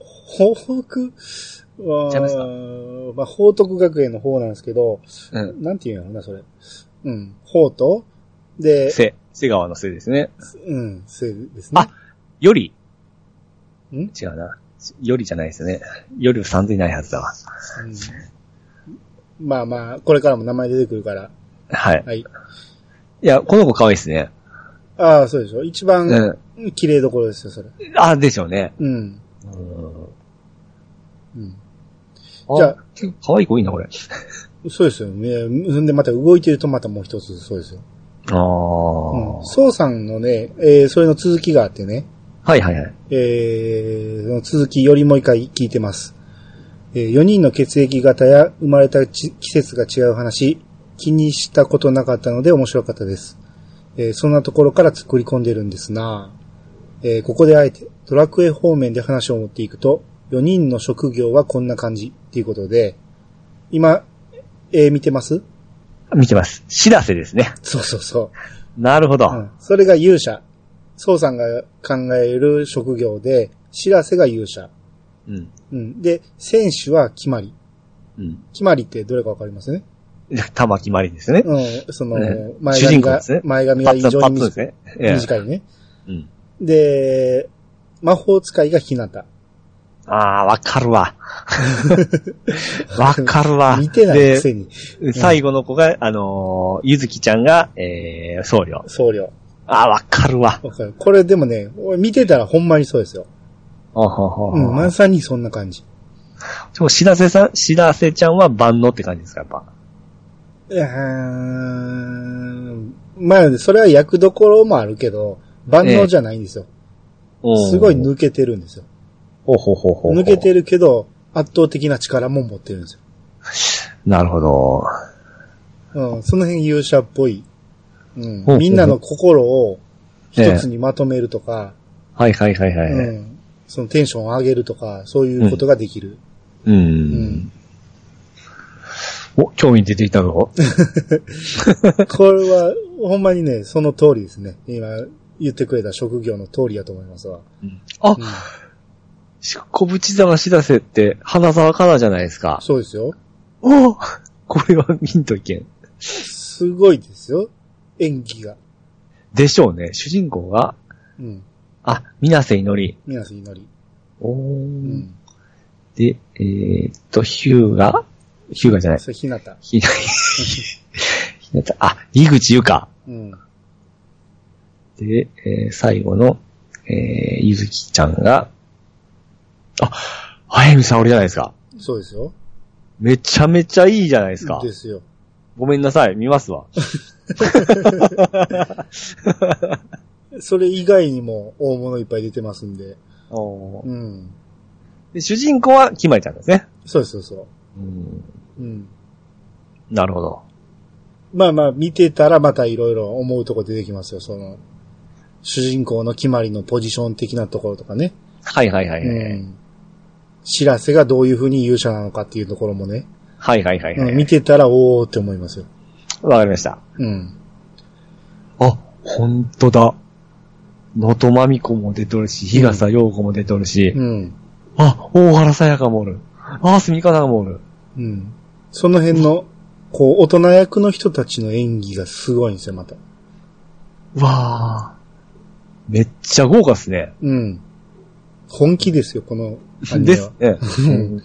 報復は
ちゃいますか、
まあ、報徳学園の方なんですけど、
うん。
なんていうのな、それ。うん。報と、で、
せ、瀬川のせですね。
うん、せですね。
あより
ん
違うな。よりじゃないですよね。よりは三千いないはずだわ。
うんまあまあ、これからも名前出てくるから。
はい。
はい。
いや、この子可愛いですね。
ああ、そうでしょ。一番
うん。
綺麗どころですよ、それ。
あ、でしょうね。
うん。
うん。
うん。
じ
じ
ゃ
ゃ
あ
あ、
結構可愛い子いいな、これ。
そうですよね。そんでまた動いてるとまたもう一つ、そうですよ。
ああ、
うん。宋さんのね、えー、それの続きがあってね。
はいはいはい。
えーその続きよりもう一回聞いてます。え4人の血液型や生まれたち季節が違う話、気にしたことなかったので面白かったです。えーそんなところから作り込んでるんですなえーここであえてドラクエ方面で話を持っていくと、4人の職業はこんな感じっていうことで、今、えー見てます
見てます。しらせですね。
そうそうそう。
なるほど。
うんそれが勇者。宋さんが考える職業で、知らせが勇者。
うん。
うん。で、選手は決まり。
うん。
決まりってどれかわかりますね。
玉木まりですね。
うん。その
ね、
前
主人
髪
公
が
ですね、
前
パ
髪が
ッ
異
ツン、パ
常
ッ
に
ツンで
短
すね。ええ
短いね。
うん。
で、魔法使いが日向。
ああ、わか るわ。わかるわ。
見てないく
で、
せに、
最後の子が、あのーゆずきちゃんが、えー、僧侶。
僧侶。
ああ、わかるわ。
わかるこれでもね、俺見てたらほんまにそうですよ。
ほほほ
うん、まさにそんな感じ。
でも、しらせさん、しらせちゃんは万能って感じですか、やっぱ。
うーんまあ、それは役どころもあるけど、万能じゃないんですよ。
うん
すごい抜けてるんですよ。
ほうほうほうほう。
抜けてるけど、圧倒的な力も持ってるんですよ。
なるほど。
うん、その辺勇者っぽい。うん
ほう。
みんなの心を一つにまとめるとか、
はいはいはいはい。
う。
うん
そのテンションを上げるとか、そういうことができる。
ん。
うん。
お、興味出てきたぞ。
これは、ほんまにね、その通りですね。今、言ってくれた職業の通りやと思いますわ。
あ
うん、
し小淵沢しらせって、花沢香菜じゃないですか。
そうですよ。
おこれはミント意見。
すごいですよ。演技が。
でしょうね。主人公が、
うん。
あ、水瀬祈り。
皆さん祈り。
お
う
ー
ん。
で、えーっと、ヒューガヒューガじゃない。
それ、ひなた。
ひな、ひなた、あ、井口ゆか。
うん。
で、えー最後の、えー、ゆずきちゃんが、あ、あやみさおりじゃないですか。
そうですよ。
めちゃめちゃいいじゃないですか。
ですよ。
ごめんなさい、見ますわ。
それ以外にも大物いっぱい出てますんで。
おー
うん。
で主人公はきまりちゃんですね。
そうです、そうそ
うん、
う。うん。
なるほど。
まあまあ、見てたらまたいろいろ思うとこ出てきますよ、その、主人公の決まりのポジション的なところとかね。
はいはいはい。は
う
い
ん。知らせがどういう風に勇者なのかっていうところもね、
はいはいはいは
うん見
い。
てたらおーって思いますよ。
わかりました。
うん。
あ、ほんとだ。のとまみこも出とるし、日笠陽子も出とるし、
うん。
あ、大原さやかもおる。あ、すみかなもおる。
うん。その辺の、こう、大人役の人たちの演技がすごいんですよ、また。
うわあ。めっちゃ豪華っすね。
うん。本気ですよ、このアニ
で
メ
す
は。
ね。 うん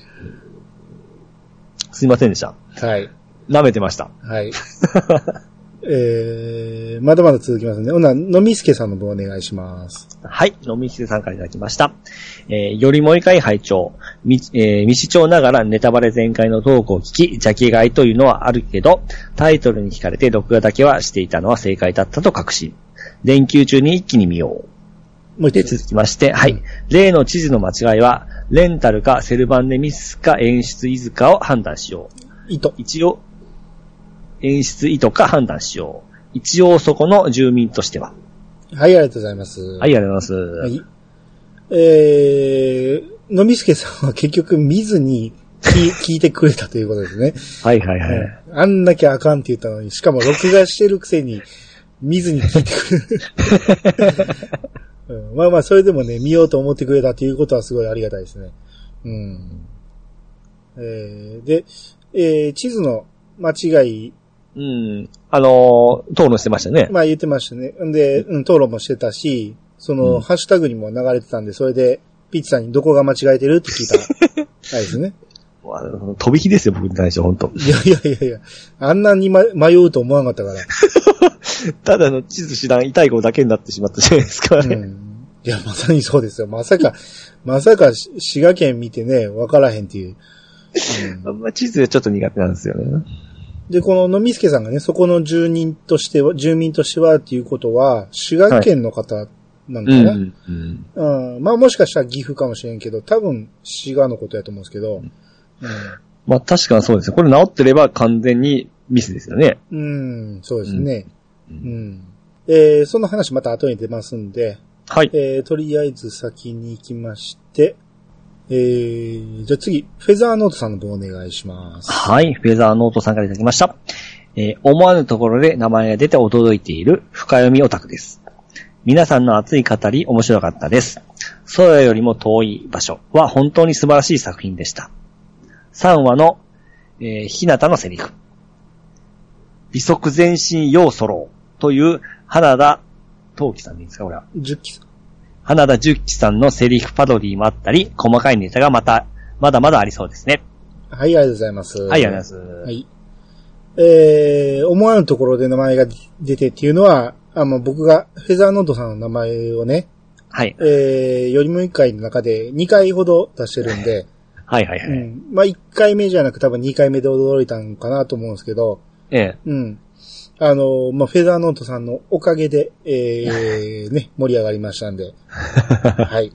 すいませんでした。
はい。
舐めてました。
はい。 えー、まだまだ続きますね。ほな、のみすけさんの分お願いします。
はい、飲み室で参加いただきました。えーよりもう一回拝聴み、えー未視聴ながらネタバレ全開のトークを聞き、ジャケ買いというのはあるけど、タイトルに惹かれて録画だけはしていたのは正解だったと確信。連休中に一気に見よう。
もう
で、
一つ。
続きまして、はい。例の地図の間違いは、レンタルかセル版でミスか演出いずかを判断しよう。
糸。
一応、演出意図か判断しよう。一応そこの住民としては。
はい、ありがとうございます。
は
はい。
い、ありがとうございます。
えー、のみすけさんは結局見ずに 聞聞いてくれたということですね。
はい、はい、はい。
うんあんなきゃあかんって言ったのに、しかも録画してるくせに、見ずに聞いて くる、うんまあまあ、それでもね、見ようと思ってくれたということはすごいありがたいですね。うん。えーで、えー地図の間違い、
うん。あのー、討論してましたね。
まあ言ってましたね。んで、うん、討論もしてたし、その、
うん
ハッシュタグにも流れてたんで、それで、ピッチさんにどこが間違えてるって 聞いた。あれですね。
まあ飛び火ですよ、僕に対して、本当
いやいやいやいや、あんなに、ま、迷うと思わなかったから。
ただの地図手段、痛い子だけになってしまったじゃないですか。
うんいや、まさにそうですよ。まさ か、まさかし、滋賀県見てね、わからへんっていう。
あんま地図ちょっと苦手なんですよね。
で、この、のみすけさんがね、そこの住人としては、住民としてはっていうことは、滋賀県の方なの
う
か
ん
な、
うん。
うんまあもしかしたら岐阜かもしれんけど、多分滋賀のことやと思うんですけど、
まあ確かにそうですね。これ治ってれば完全にミスですよね。
うん、うん、そうですね。う
うんん。
えーその話また後に出ますんで、
はい。
えーとりあえず先に行きまして、えー、じゃあ次、フェザーノートさんの分お願いします。
はい。フェザーノートさんからいただきました。えー思わぬところで名前が出て驚いている深読みオタクです。皆さんの熱い語り面白かったです。空よりも遠い場所は本当に素晴らしい作品でした。3話の、えー、日向のセリフ。美足前進要ソロという花田陶器さんでいいですかこれは。
10期さん。
花田十喜さんのセリフパドリーもあったり、細かいネタがまた、まだまだありそうですね。
はい、ありがとうございます。
はい、ありがとうございます。
はい。えー、思わぬところで名前が出てっていうのは、あの、僕がフェザーノートさんの名前をね、
はい。
えー、よりも1回の中で2回ほど出してるんで、
はい、はい、はい。
うん。まあ、1回目じゃなく多分2回目で驚いたんかなと思うんですけど、
ええ。
うん。あの、まあ、フェザーノートさんのおかげで、 えー、ね、盛り上がりましたん で、はい。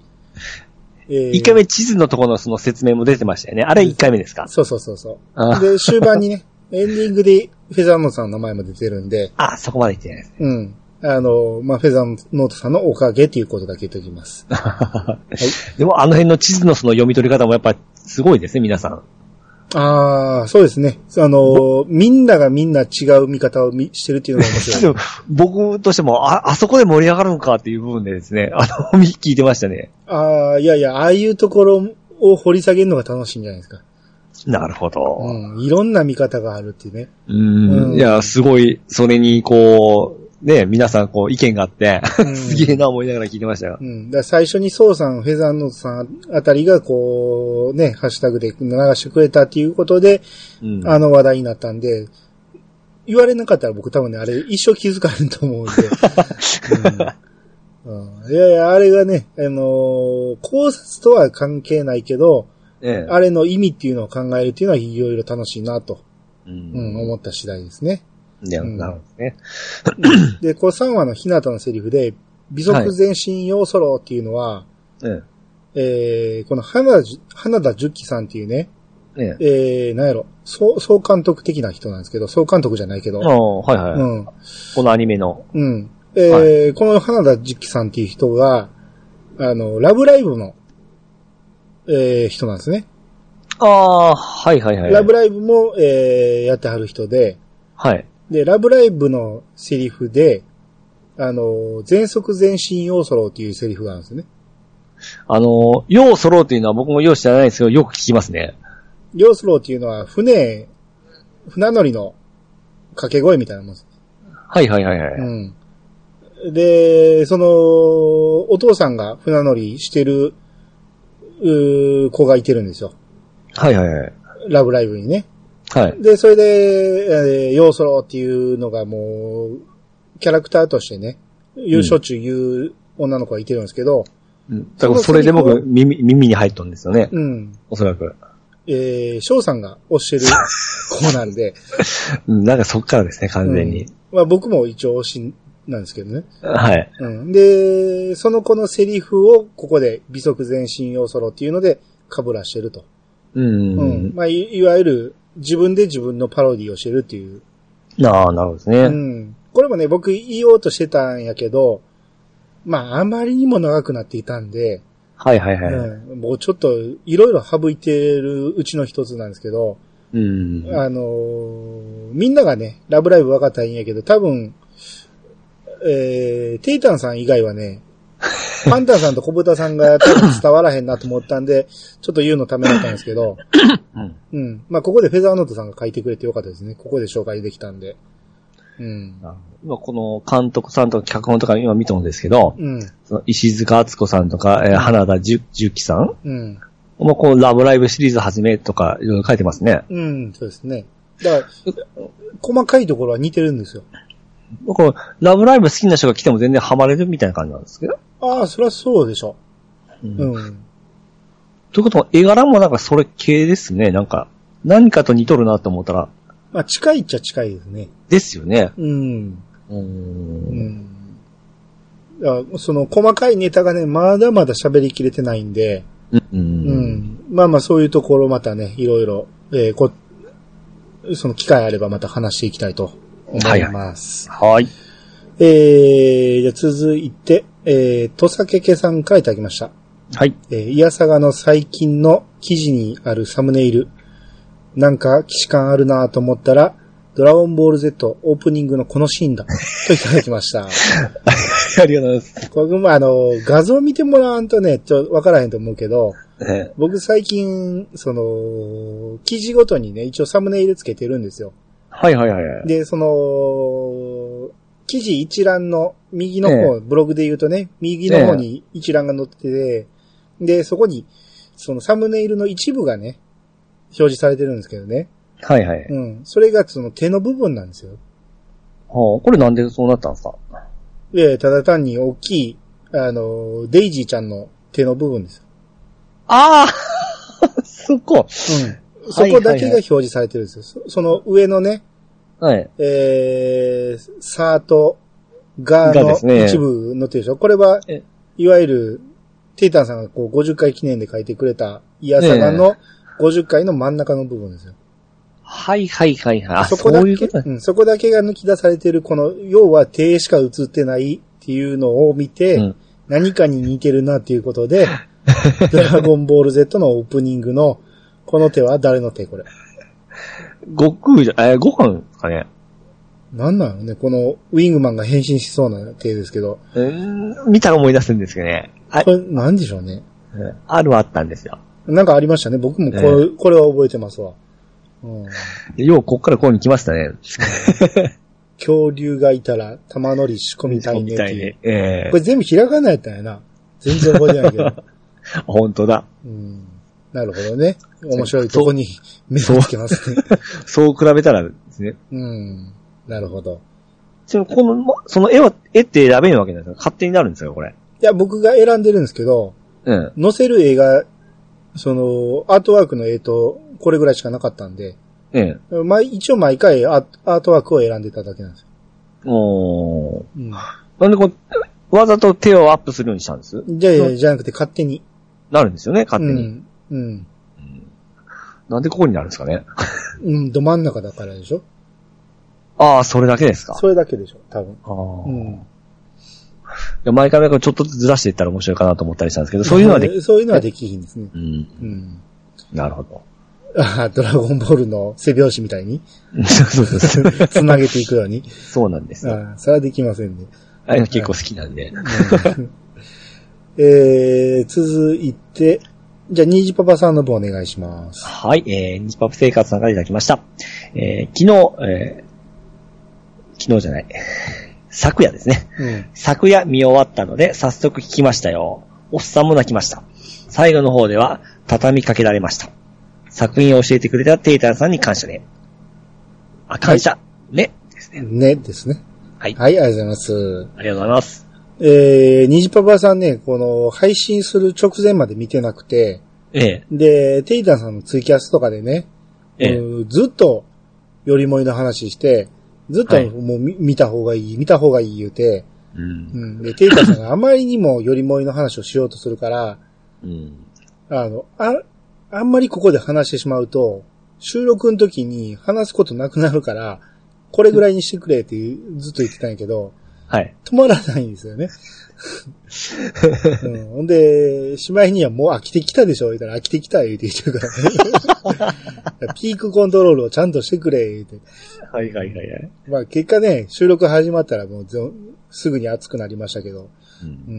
えー
一回目地図のところのその説明も出てましたよね。あれ一回目ですか
そうそうそうそう。
あ
で、終盤 にね、エンディングでフェザーノートさんの名前も出てるんで、
あ、そこまで言ってないです。
うん。あの、まあ、フェザーノートさんのおかげっていうことだけ言っておきます。
でもあの辺の地図のその読み取り方もやっぱすごいですね、皆さん。
ああ、そうですね。あの、みんながみんな違う見方をみしてるっていうのが面
で
白い
も。僕としても、あ、あそこで盛り上がるのかっていう部分でですね、あの、み聞いてましたね。
ああ、いやいや、ああいうところを掘り下げるのが楽しいんじゃないですか。
なるほど。
うん。いろんな見方があるっていうね。
うん。
うん
いや、すごい、それにこう、ね、皆さんこう意見があって、
うん
すげえな思いながら聞いてましたよ
う。ん。だから最初にソウさん、フェザーノートさんあたりが、こう、ね、ハッシュタグで流してくれたっていうことで、
うん。
あの話題になったんで、言われなかったら僕多分ね、あれ一生気づかれると思うん で。うんうんいやいや、あれがね、あのー考察とは関係ないけど、
ええ
あれの意味っていうのを考えるっていうのはいろいろ楽しいなと、
う
うん、
ん。
思った次第ですね。
いやなるほどね。
で、この3話の日向のセリフで、美足前進要ソロっていうのは、
ええ
えーこの花田じ、花田十喜さんっていうね、
ね。
えー、なんやろ、総、総監督的な人なんですけど、総監督じゃないけど、
ああ、はいはい、
うん。
このアニメの。
うん。えー
は
この花田実輝さんっていう人が、あの、ラブライブの、えー人なんですね。
ああ、はいはいはい。
ラブライブも、えーやってはる人で、
はい。
で、ラブライブのセリフで、あの、全速全身要素っていうセリフがあるんですね。
あの、よう揃うっていうのは僕もよう知らないですけど、よく聞きますね。
要素っていうのは船、船乗りの掛け声みたいなもんです。
はいはいはいはい。
うん。で、その、お父さんが船乗りしてる、うー子がいてるんですよ。
はいはいはい。
ラブライブにね。
はい。
で、それで、えー、ヨーソロっていうのがもう、キャラクターとしてね、言う、
うん
しょっちゅう言う女の子がいてるんですけど、
うんだからそれで僕、耳、耳に入っとんですよね。
うん。
おそらく。
えー、翔さんが推してる子なん で、
うんなんかそっからですね、完全に。
まあ僕も一応推しなんですけどね。
はい。
うん。で、その子のセリフをここで、美足前進ヨーソロっていうので、被らしてると。
うん。
うん。まあ、いいわゆる、自分で自分のパロディをしてるっていう。
ああ、なるほどですね。
うん。これもね、僕言おうとしてたんやけど、まあ、あまりにも長くなっていたんで、
はいはいはい。
うん、もうちょっと、いろいろ省いてるうちの一つなんですけど、
うん。
あのーみんながね、ラブライブ分かったらいいんやけど、多分、えー、テイタンさん以外は ね、パンタンさんと小豚さんが多分伝わらへんなと思ったんで、ちょっと言うのためだったんですけど、
うん
うん。まあ、ここでフェザーノートさんが書いてくれてよかったですね。ここで紹介できたんで。うん。
今この監督さんとか脚本とか今見たんですけど、
うん。
その石塚敦子さんとか、えー花田じゅ樹紀さん
うん。
もうこのラブライブシリーズ始めとかいろいろ書いてますね。
うん、そうですね。だから、細かいところは似てるんですよ。
僕、ラブライブ好きな人が来ても全然ハマれるみたいな感じなんですけど。
ああ、そりゃそうでしょ。
うん
うん。
ということは絵柄もなんかそれ系ですね。なんか、何かと似とるなと思ったら、
まあ、近いっちゃ近いですね。
ですよね。
うん。
うー。
うんん。だからその、細かいネタがね、まだまだ喋りきれてないんで、
うん。う。
うんん。まあまあ、そういうところまたね、いろいろ、えーこ、その機会あればまた話していきたいと思います。
はい。
えー、じゃあ続いて、えー、とさけけさんからいただきました。
はい。
えー、いやさがの最近の記事にあるサムネイル。なんか、既視感あるなと思ったら、ドラゴンボール Z オープニングのこのシーンだ。といただきました。
ありがとうございます。
これ、まあ、あの、画像見てもらわんとね、ちょ、わからへんと思うけど、
え
僕最近、その、記事ごとにね、一応サムネイルつけてるんですよ。
はいはいはいはい。
で、その、記事一覧の右の方、ブログで言うとね、右の方に一覧が載ってて、で、そこに、そのサムネイルの一部がね、表示されてるんですけどね。
はいはい。
うん。それがその手の部分なんですよ。
はあ、これなんでそうなったんですか
で、ただ単に大きい、あの、デイジーちゃんの手の部分ですよ。
ああそこ。
うん。そこだけが表示されてるんですよ。そその上のね、
はい。
えー、サーとガー
がです
の
ね
一部載ってるでしょ。これは
え、
いわゆる、テイタンさんがこう50回記念で書いてくれた、イヤサガの50回の真ん中の部分ですよ。
はいはいはいはい。あ、
そ
そ
こだ
ういう
け
こと
うん、そこだけが抜き出されてる、この、要は手しか映ってないっていうのを見て、
うん
何かに似てるなっていうこと で、ドラゴンボール Z のオープニングの、この手は誰の手これ。
悟空じゃ、えー、ご飯ですかね。
なんなのね、このウィングマンが変身しそうな手ですけど、
うーん、見たら思い出すんですけどね。あ
こ、れなんでしょうね。
うんあるはあったんですよ。
なんかありましたね。僕もこれ,、
え
これは覚えてますわ。うん、
でよう、こっからこうに来ましたね。
恐竜がいたら玉乗り仕込みたいね
み
って
たい
いう。
ね。ええ
これ全部開かないやったんやな。全然覚えてないけど。
本当だ。
うん、なるほどね。面白いとこに目をつけますね。
そう比べたらですね。
うん、なるほど。
その、この、まその絵は、絵って選べるわけなんですよ。勝手になるんですよ、これ。
いや、僕が選んでるんですけど、
うん。
載せる絵が、その、アートワークの絵と、これぐらいしかなかったんで、
ええ。
まあ、一応毎回アアートワークを選んでただけなんですよ。
おー
うん、
なんでこう、わざと手をアップするようにしたんです
じゃあ、じゃなくて勝手に。
なるんですよね、勝手に。
うん。うん。
なんでここになるんですかね。
うん、ど真ん中だからでしょ
ああ、それだけですか。
それだけでしょ多分。
ああ
う
い
ん。
や毎回毎回ちょっとずつずらしていったら面白いかなと思ったりしたんですけど、そういう のはでき、
そういうのはできひんですね。
うん。
うん。
なるほど。
あドラゴンボールの背拍子みたいに、
そうそうそ う。
つなげていくように。
そうなんです。
あそれはできませんね。
あれが結構好きなんで。
えー、続いて、じゃあ、ニージパパさんの方お願いします。
はい、えー、ニッパップ生活さんからいただきました。えー、昨日、えー、昨日じゃない。 昨夜ですね。
うん。
昨夜見終わったので、早速聞きましたよ。おっさんも泣きました。最後の方では、畳みかけられました。作品を教えてくれたテイタンさんに感謝ね。あ、感謝、ね。ですね。
ね、ですね。
はい。あ
はい、ありがとうございます。
りがとうございます。
えー、ニジパパさんね、この、配信する直前まで見てなくて、
ええ、
で、テイタンさんのツイキャスとかでね、
ええ、
うんずっと、よりもいの話して、ずっと
はい
もう見見た方がいい、見た方がいい言うて、
うん。
うん、で、テイタさんがあまりにもよりもいの話をしようとするから、
うん。
あの、あ、あんまりここで話してしまうと、収録の時に話すことなくなるから、これぐらいにしてくれっていうずっと言ってたんやけど、
はい。
止まらないんですよね。うん、ほんで、しまいにはもう飽きてきたでしょ言うたら飽きてきた言うて言ってるから、ね、 ピークコントロールをちゃんとしてくれ言うて。
はいはいはいはい。
まあ結果ね、収録始まったらもうぞすぐに熱くなりましたけど、
うん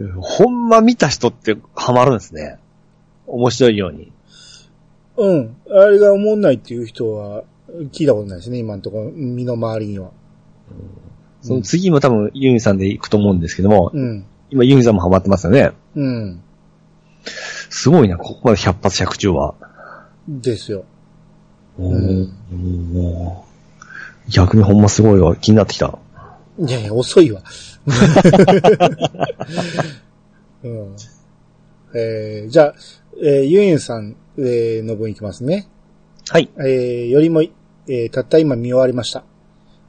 うん。
でもほんま見た人ってハマるんですね。面白いように。
うん。あれが思んないっていう人は聞いたことないですね、今のところ、身の回りには。
その次も多分ユーミさんで行くと思うんですけども、
うん。
今ユーミさんもハマってますよね。
うん。
すごいな、ここまで100発100中は。
ですよ。
うん逆にほんますごいわ。気になってきた。
いやいや、遅いわ。 うん、えーじゃあ、えーユンユンさん、えーの分いきますね。
はい。
えーよりもい、えーたった今見終わりました。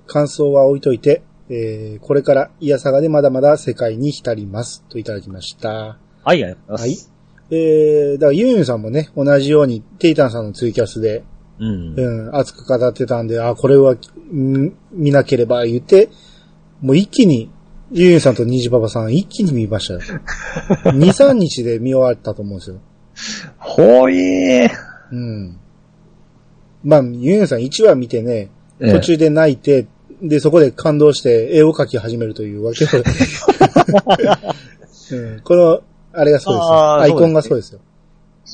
感想は置いといて、えーこれからイヤサガでまだまだ世界に浸ります。といただきました。
はい、ありがとうご
は
ざい
い
ます。。
えー、だからユンユンさんもね、同じように、テイタンさんのツイキャスで、
うん。
うん、熱く語ってたんで、あ、これは、ん見なければ言って、もう一気に、ユンユンさんとニジパパさん一気に見ま したよ。2、3日で見終わったと思うんですよ。
ほいー。
うん。まあ、ユンユンさん1話見てね、
ええ
途中で泣いて、で、そこで感動して絵を描き始めるというわけ で、うん、この、あれがそうですよ。
あー
アイコンがそうですよ。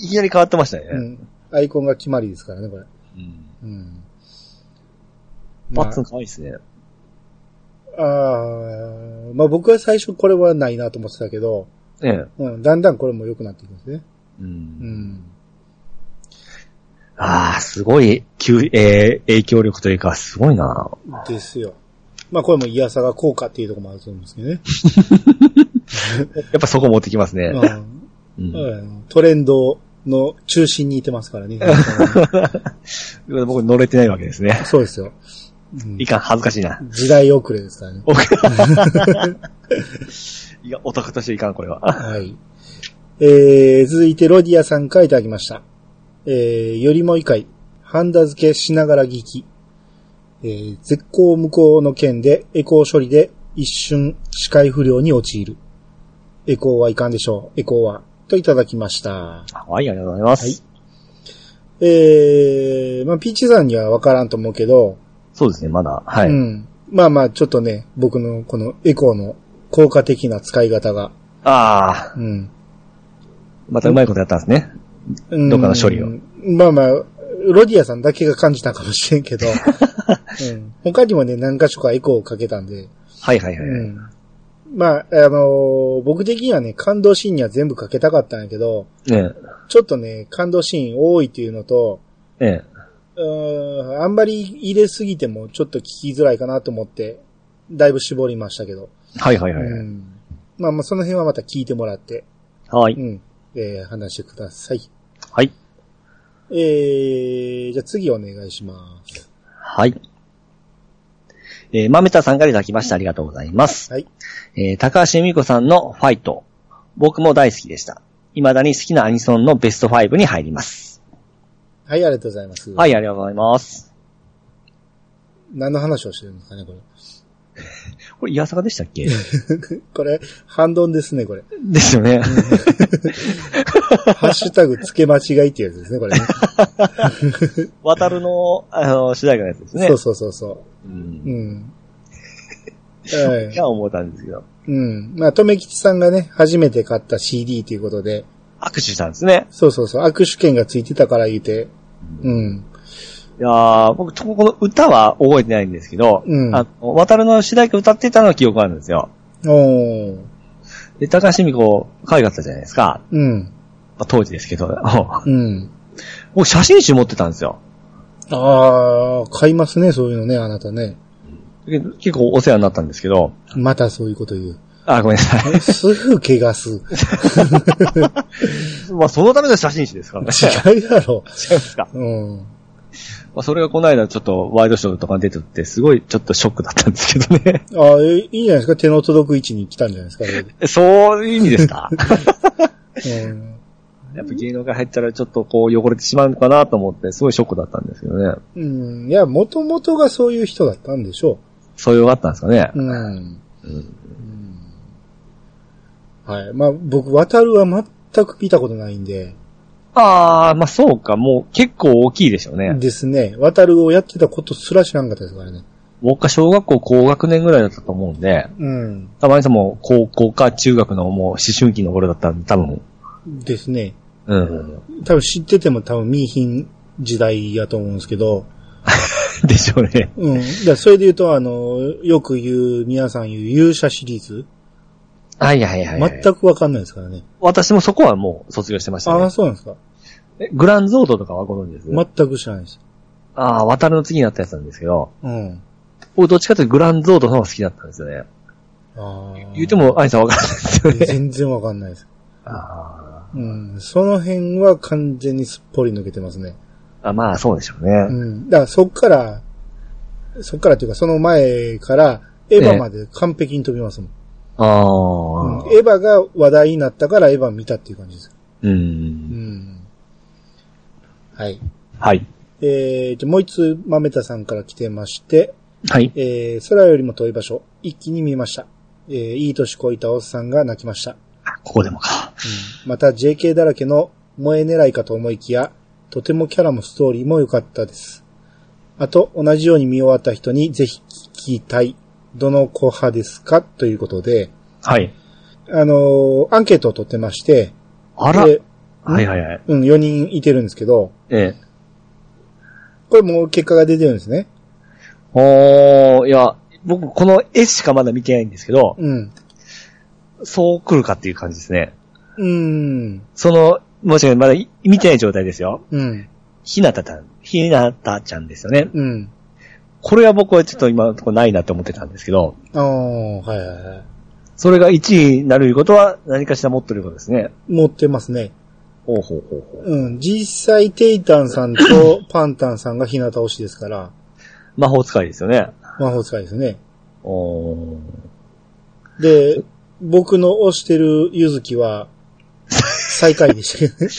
いきなり変わってましたね。
うん。アイコンが決まりですからね、これ。
うん
うん。
パ
ま
ッツン可愛いですね。
あ、あーまあ僕は最初これはないなと思ってたけど、
ええ。
うん、だんだんこれも良くなっていくんですね。
う。
うんん。
ああ、すごい、急、えー、影響力というか、すごいな。
ですよ。まあこれもイヤサが効果っていうところもあると思うんですけどね。
やっぱそこ持ってきますね。
うん
うん
うん、トレンドの中心にいてますからね。
僕乗れてないわけですね。
そうですよ。うん
いかん、恥ずかしいな。
時代遅れですからね。
いや、オタクとしていかん、これは。
はい。えー、続いてロディアさんからいただきました。えー、よりもいかい、ハンダ付けしながら聞き、えー、絶好無効の件で、エコー処理で一瞬視界不良に陥る。エコーはいかんでしょう。エコーは。といただきました。
はい、ありがとうございます。
はいえー、まあピーチさんにはわからんと思うけど、
そうですね、まだ。はい。
うん。まあまあ、ちょっとね、僕のこのエコーの効果的な使い方が、
ああ、
うん。
またうまいことやったんですね。
うん
どっかの処理を。
まあまあ、ロディアさんだけが感じたかもしれん けど、うん、他にもね、何箇所かエコーをかけたんで、
はいはいはい。
うん、まあ、あのー僕的にはね、感動シーンには全部かけたかったんやけど、
ね
ちょっとね、感動シーン多いっていうのと、
え。ね
うーん、あんまり入れすぎてもちょっと聞きづらいかなと思って、だいぶ絞りましたけど、
え。はいはいはい。
うん、まあまあ、その辺はまた聞いてもらって、
は
う
い。
ん、えー話してください。
はい。
えー、じゃあ次お願いします。
はい。えー、まめたさんからいただきましてありがとうございます。
はい。
えー、高橋由美子さんのファイト。僕も大好きでした。未だに好きなアニソンのベスト5に入ります。
はい、ありがとうございます。
はい、ありがとうございます。
何の話をしてるんですかね、これ。
これ、イヤサガでしたっけ
これ、 反論ですね、これ。
ですよね。
ハッシュタグ付け間違いっていうやつですね、これね。
渡るの、あの、主題歌のやつですね。
そうそうそうそうう。
ん。
うん。はい
いや、思ったんですけど。
うん。まあ、とめきちさんがね、初めて買った CD ということで、
握手したんですね。
そうそうそう、握手券がついてたから言うて、うん。
いやー僕、ちょこの歌は覚えてないんですけど、
うん
あの、渡るの主題歌歌ってたのは記憶あるんですよ。
おー。
で、高橋美子、可愛かったじゃないですか。
うん。
まあ、当時ですけど。
うん。
僕、写真集持ってたんですよ。
ああ、買いますね、そういうのね、あなたね。
けど結構お世話になったんですけど、
またそういうこと言う。
あ、ごめんなさ
すぐ怪我す。
い。まあ、そのための写真集 ですからね。違い
違うやろ。
ますか。
うん。
まあ、それがこの間ちょっとワイドショーとかに出てって、すごいちょっとショックだったんですけどね。
ああ、えいいんじゃないですか手の届く位置に来たんじゃないですかこ
そういう意味です か
れうん。
やっぱ芸能界入ったらちょっとこう汚れてしまうのかなと思って、すごいショックだったんですけどね。
うん。いや、もともとがそういう人だったんでしょ
そういうのがあったんですかね。
う。うん。
うん
はい。まあ、僕、渡るは全く見たことないんで、
ああ、まあそうか、もう結構大きいでしょうね。
ですね。渡るをやってたことすら知らんかったですからね。
僕は小学校高学年ぐらいだったと思うんで、
うん。
たまにさもう高校か中学のもう思春期の頃だったんで、多分。
ですね。
うん。
多分知ってても多分見いひん時代やと思うんですけど、
でしょうね。
うん。だからそれで言うと、あの、よく言う、皆さん言う勇者シリーズ、
はいはいはいはい。
全くわかんないですからね。
私もそこはもう卒業してました
あ
ね
あ、。そうなんですか。
えグランゾートとかはご存知です、
全く知らないです。
ああ、渡るの次になったやつなんですけど、
うん。
僕どっちかというとグランゾートの方が好きだったんですよね。
ああ。
言うても、アイさんわかんないですよね。
全然わかんないです。
あ
うん。その辺は完全にすっぽり抜けてますね。
あ、まあそうでしょうね。
うん。だからそっから、そっからというかその前から、エヴァまで完璧に飛びますもん。
ああ
うん、エヴァが話題になったからエヴァ見たっていう感じです。
う。
うんん。はい。
はい。
えー、じゃあもう一つ、まめたさんから来てまして、
はい。
えー、空よりも遠い場所、一気に見ました。えー、いい年こいたおっさんが泣きました。
ここでもか。
また JK だらけの萌え狙いかと思いきや、とてもキャラもストーリーも良かったです。あと、同じように見終わった人にぜひ聞きたい。どの子派ですかということで、
はい。
あのーアンケートを取ってまして、
あら。
で
はいはいはい。
うん、4人いてるんですけど、
ええ。
これもう結果が出てるんですね。
おー、いや、僕この絵しかまだ見てないんですけど、
うん。
そう来るかっていう感じですね。
うーん。
その、もしかしてまだい見てない状態ですよ。
うん。
ひなたたん、ひなたちゃんですよね。
うん。
これは僕はちょっと今のところないなって思ってたんですけど、
ああ、はいはいはい。
それが1位になるいうことは何かしら持ってることですね。
持ってますね。
ほうほうほうほう。
うん。実際、テイタンさんとパンタンさんが日向推しですから、
魔法使いですよね。
魔法使いですね。
おー
で、僕の推してるゆずきは、最下位でしたけどね。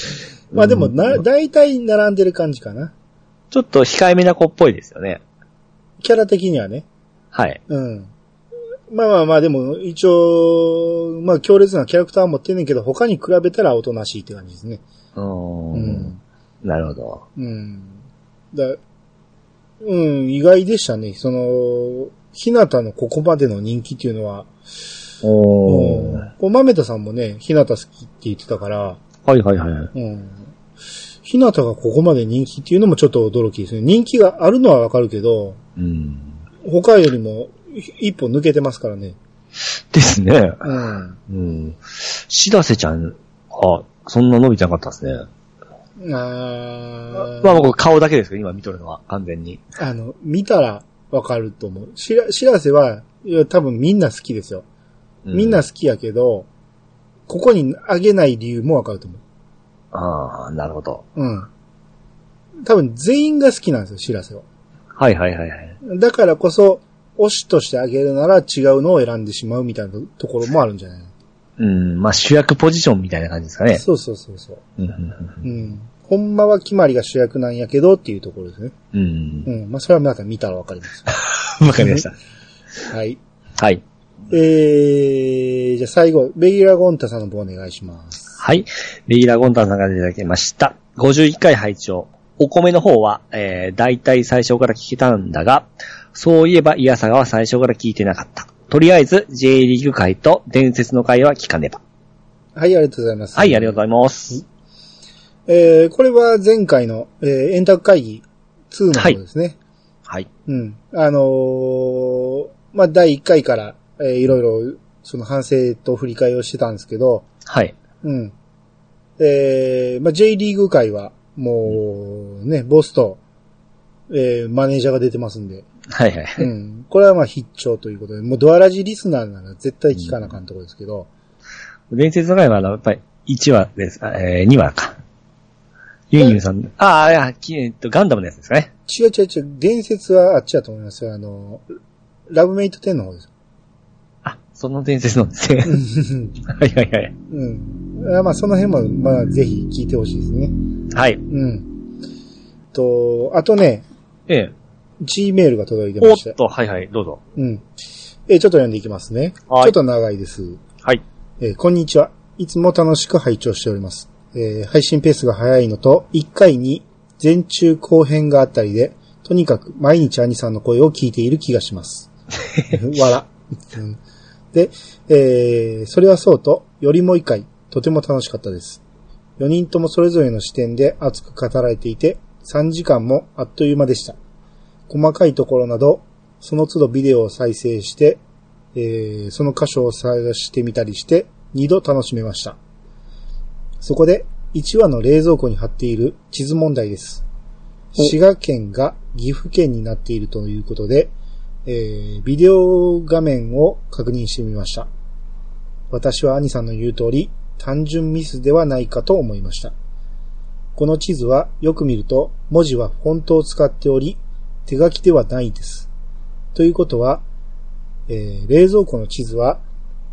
まあでも、な、大体並んでる感じかな。
ちょっと控えめな子っぽいですよね。
キャラ的にはね。
はい。
うん。まあまあまあ、でも、一応、まあ強烈なキャラクターは持ってんねんけど、他に比べたらおとなしいって感じですね。
うーん
うん。
なるほど。
うん。だ、うん、意外でしたね。その、ひなたのここまでの人気っていうのは、
お
うんこう、まめたさんもね、ひなた好きって言ってたから、
はいはいはい。
うん。ひなたがここまで人気っていうのもちょっと驚きですね。人気があるのはわかるけど、
うん。
他よりも一歩抜けてますからね。
ですね。
うん。
うん。しらせちゃん、あ、そんな伸びてなかったですね。
あ
まあ
ー
僕顔だけですけど、今見とるのは、完全に。
あの、見たらわかると思う。しら、しらせは、いや多分みんな好きですよ。
う
みんな、好きやけど、ここにあげない理由もわかると思
ああ、なるほど。
う。うん。多分全員が好きなんですよ、しらせは。
はいはいはいはい。
だからこそ、推しとしてあげるなら違うのを選んでしまうみたいなところもあるんじゃないの
うん、まあ主役ポジションみたいな感じですかね。
そうそうそうそう。
うんうんうん
うん。ほんまは決まりが主役なんやけどっていうところですね。
うん
う。ん。まあ、それは皆さん見たらわかり ます。
わかりま した。
はい。
はい。
えー、じゃあ最後、レギュラーゴンタさんの方お願いします。
はい。レギュラーゴンタンさんからいただきました。51回拝聴お米の方は、えー、大体最初から聞けたんだが、そういえばイヤサガは最初から聞いてなかった。とりあえず J リーグ会と伝説の会は聞かねば。
はい、ありがとうございます。
はい、ありがとうございます。
えー、これは前回の、えー、円卓会議2の方ですね。
はい。
うん。あのーまあ、第1回から、えーいろいろ、その反省と振り返りをしてたんですけど、
はい。
うん。えー、まあ、J リーグ界は、もう、ね、ボスと、えー、マネージャーが出てますんで、
はいは
う
い。
ん。これはまあ必聴ということで、もうドアラジリスナーなら絶対聞かなあかんところですけど、
伝説の会は、あのやっぱり1話です。あえー、2話か。ユンユンさん、あーいや、きえっと、ガンダムのやつですかね。
違う違う違う、伝説はあっちだと思いますよ。あの、ラブメイト10の方です。
あ、その伝説ので すね。はいはいはい。
うん。あまあその辺も、まあぜひ聞いてほしいですね。
はい。
うん。と、あとね、
ええ。
G メールが届いて
お
ま
っ
した。
と、はいはい、どうぞ。
うん。えーちょっと読んでいきますね。
はい
ちょっと長いです。
はい。
えーこんにちは。いつも楽しく拝聴しております。えー配信ペースが早いのと、1回に前中後編があったりで、とにかく毎日兄さんの声を聞いている気がします。わら。うんで、えーそれはそうと、よりもう一回、とても楽しかったです。4人ともそれぞれの視点で熱く語られていて、3時間もあっという間でした。細かいところなど、その都度ビデオを再生して、えーその箇所を探してみたりして、二度楽しめました。そこで、1話の冷蔵庫に貼っている地図問題です。
お
滋賀県が岐阜県になっているということで、えービデオ画面を確認してみました。私は兄さんの言う通り、単純ミスではないかと思いました。この地図はよく見ると文字はフォントを使っており、手書きではないです。ということは、えー冷蔵庫の地図は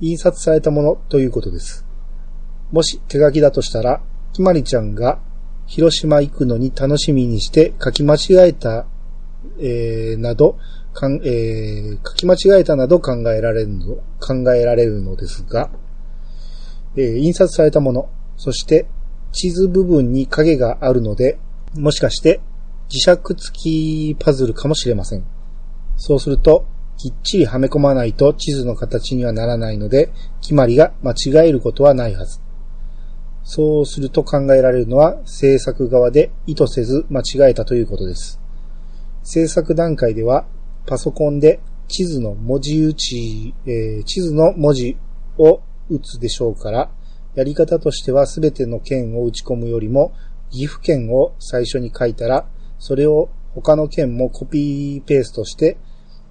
印刷されたものということです。もし手書きだとしたら、きまりちゃんが広島行くのに楽しみにして書き間違えた、えーなど、かんえー書き間違えたなど考えられるの、考えられるのですが、えー印刷されたもの、そして地図部分に影があるので、もしかして磁石付きパズルかもしれません。そうすると、きっちりはめ込まないと地図の形にはならないので、決まりが間違えることはないはず。そうすると考えられるのは制作側で意図せず間違えたということです。制作段階ではパソコンで地図の文字打ち、えー地図の文字を打つでしょうから、やり方としては全ての県を打ち込むよりも岐阜県を最初に書いたら、それを他の県もコピーペーストして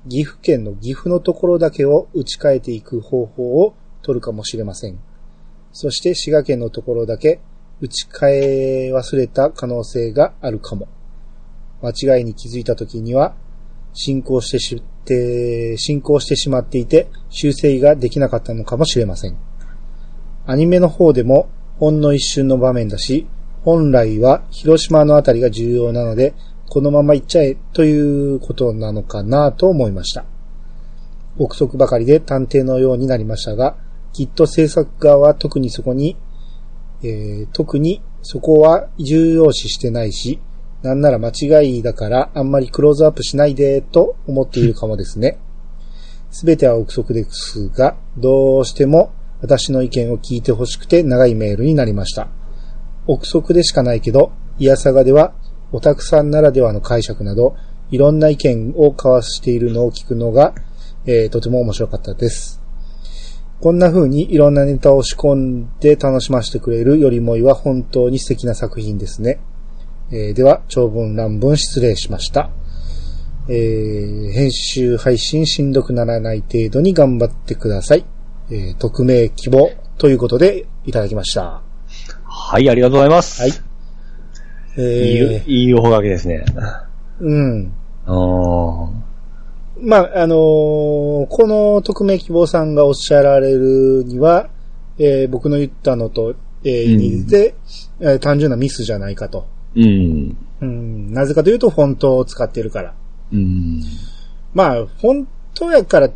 岐阜県の岐阜のところだけを打ち替えていく方法を取るかもしれません。そして滋賀県のところだけ打ち替え忘れた可能性があるかも。間違いに気づいた時には進行してし、て進行してしまっていて修正ができなかったのかもしれません。アニメの方でもほんの一瞬の場面だし、本来は広島のあたりが重要なので、このまま行っちゃえということなのかなと思いました。憶測ばかりで探偵のようになりましたが、きっと制作側は特にそこに、えー特にそこは重要視してないし、なんなら間違いだからあんまりクローズアップしないでと思っているかもですね。すべては憶測ですが、どうしても私の意見を聞いてほしくて長いメールになりました。憶測でしかないけど、イヤサガではオタクさんならではの解釈など、いろんな意見を交わしているのを聞くのが、えーとても面白かったです。こんな風にいろんなネタを仕込んで楽しませてくれるよりもいは本当に素敵な作品ですね。えーでは、長文乱文失礼しました。えー編集配信しんどくならない程度に頑張ってください。えー匿名希望ということでいただきました。
はい、ありがとうございます。
はい。えー
いい、いいおほがけですね。
うん。
あー
まあ、あのーこの匿名希望さんがおっしゃられるには、えー僕の言ったのと、えー
うん
似てて、えー単純なミスじゃないかと。
うん。
うん、なぜかというとフォントを使ってるから。
うん。
まあ、フォントやから、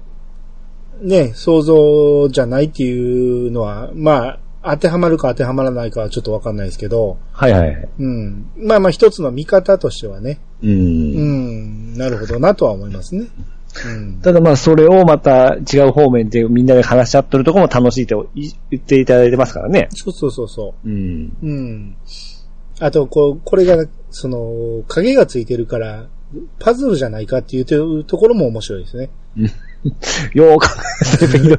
ね、想像じゃないっていうのは、まあ、当てはまるか当てはまらないかはちょっとわかんないですけど、
はいはい。
うん。まあまあ一つの見方としてはね、
う。
うんん、なるほどなとは思いますね。うん。
ただまあ、それをまた違う方面でみんなで話し合っとるとこも楽しいとい言っていただいてますからね。
そうそうそうそう。
うん。
うん。あと、こう、これが、その、影がついてるから、パズルじゃないかっていうとところも面白いですね。
よう考えていろいろ。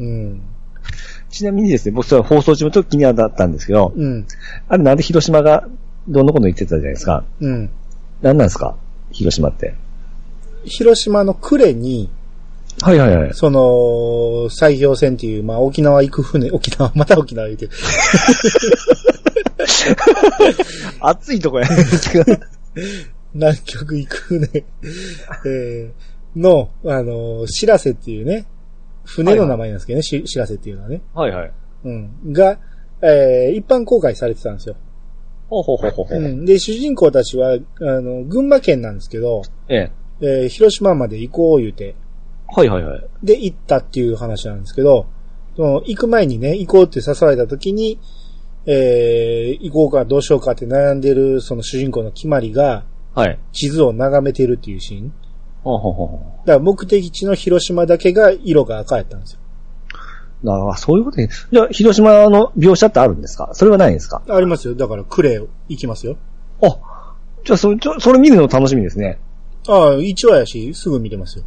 うん。
ちなみにですね、僕それ放送中もちょっと気になったんですけど、
うん。
あれなんで広島がどんどこの言ってたじゃないですか。
うん。
何なんですか広島って。
広島の呉に、
はいはいはい。
その、砕氷船っていう、まあ、沖縄行く船、沖縄、 また沖縄行って、
暑いとこや。
南極行く船、 えーの、あの、しらせっていうね、船の名前なんですけどね、ししらせっていうのはね。
はいはい。
うん。が、えー一般公開されてたんですよ。
ほうほうほうほうほう。
うん。で、主人公たちは、あの、群馬県なんですけど、
ええ。
えー広島まで行こう言うて、
はいはいはい。
で、行ったっていう話なんですけど、その、行く前にね、行こうって誘われた時に、えー行こうかどうしようかって悩んでる、その主人公の決まりが、
はい。
地図を眺めてるっていうシーン。
ほうほうほうほ
だから目的地の広島だけが色が赤やったんですよ。
う。なるほど。そういうことね。じゃあ、広島の描写ってあるんですかそれはないんですか
ありますよ。だから、クレ行きますよ。
あ、じゃあそれ、ちょそれ見るの楽しみですね。
ああ、一話やし、すぐ見れますよ。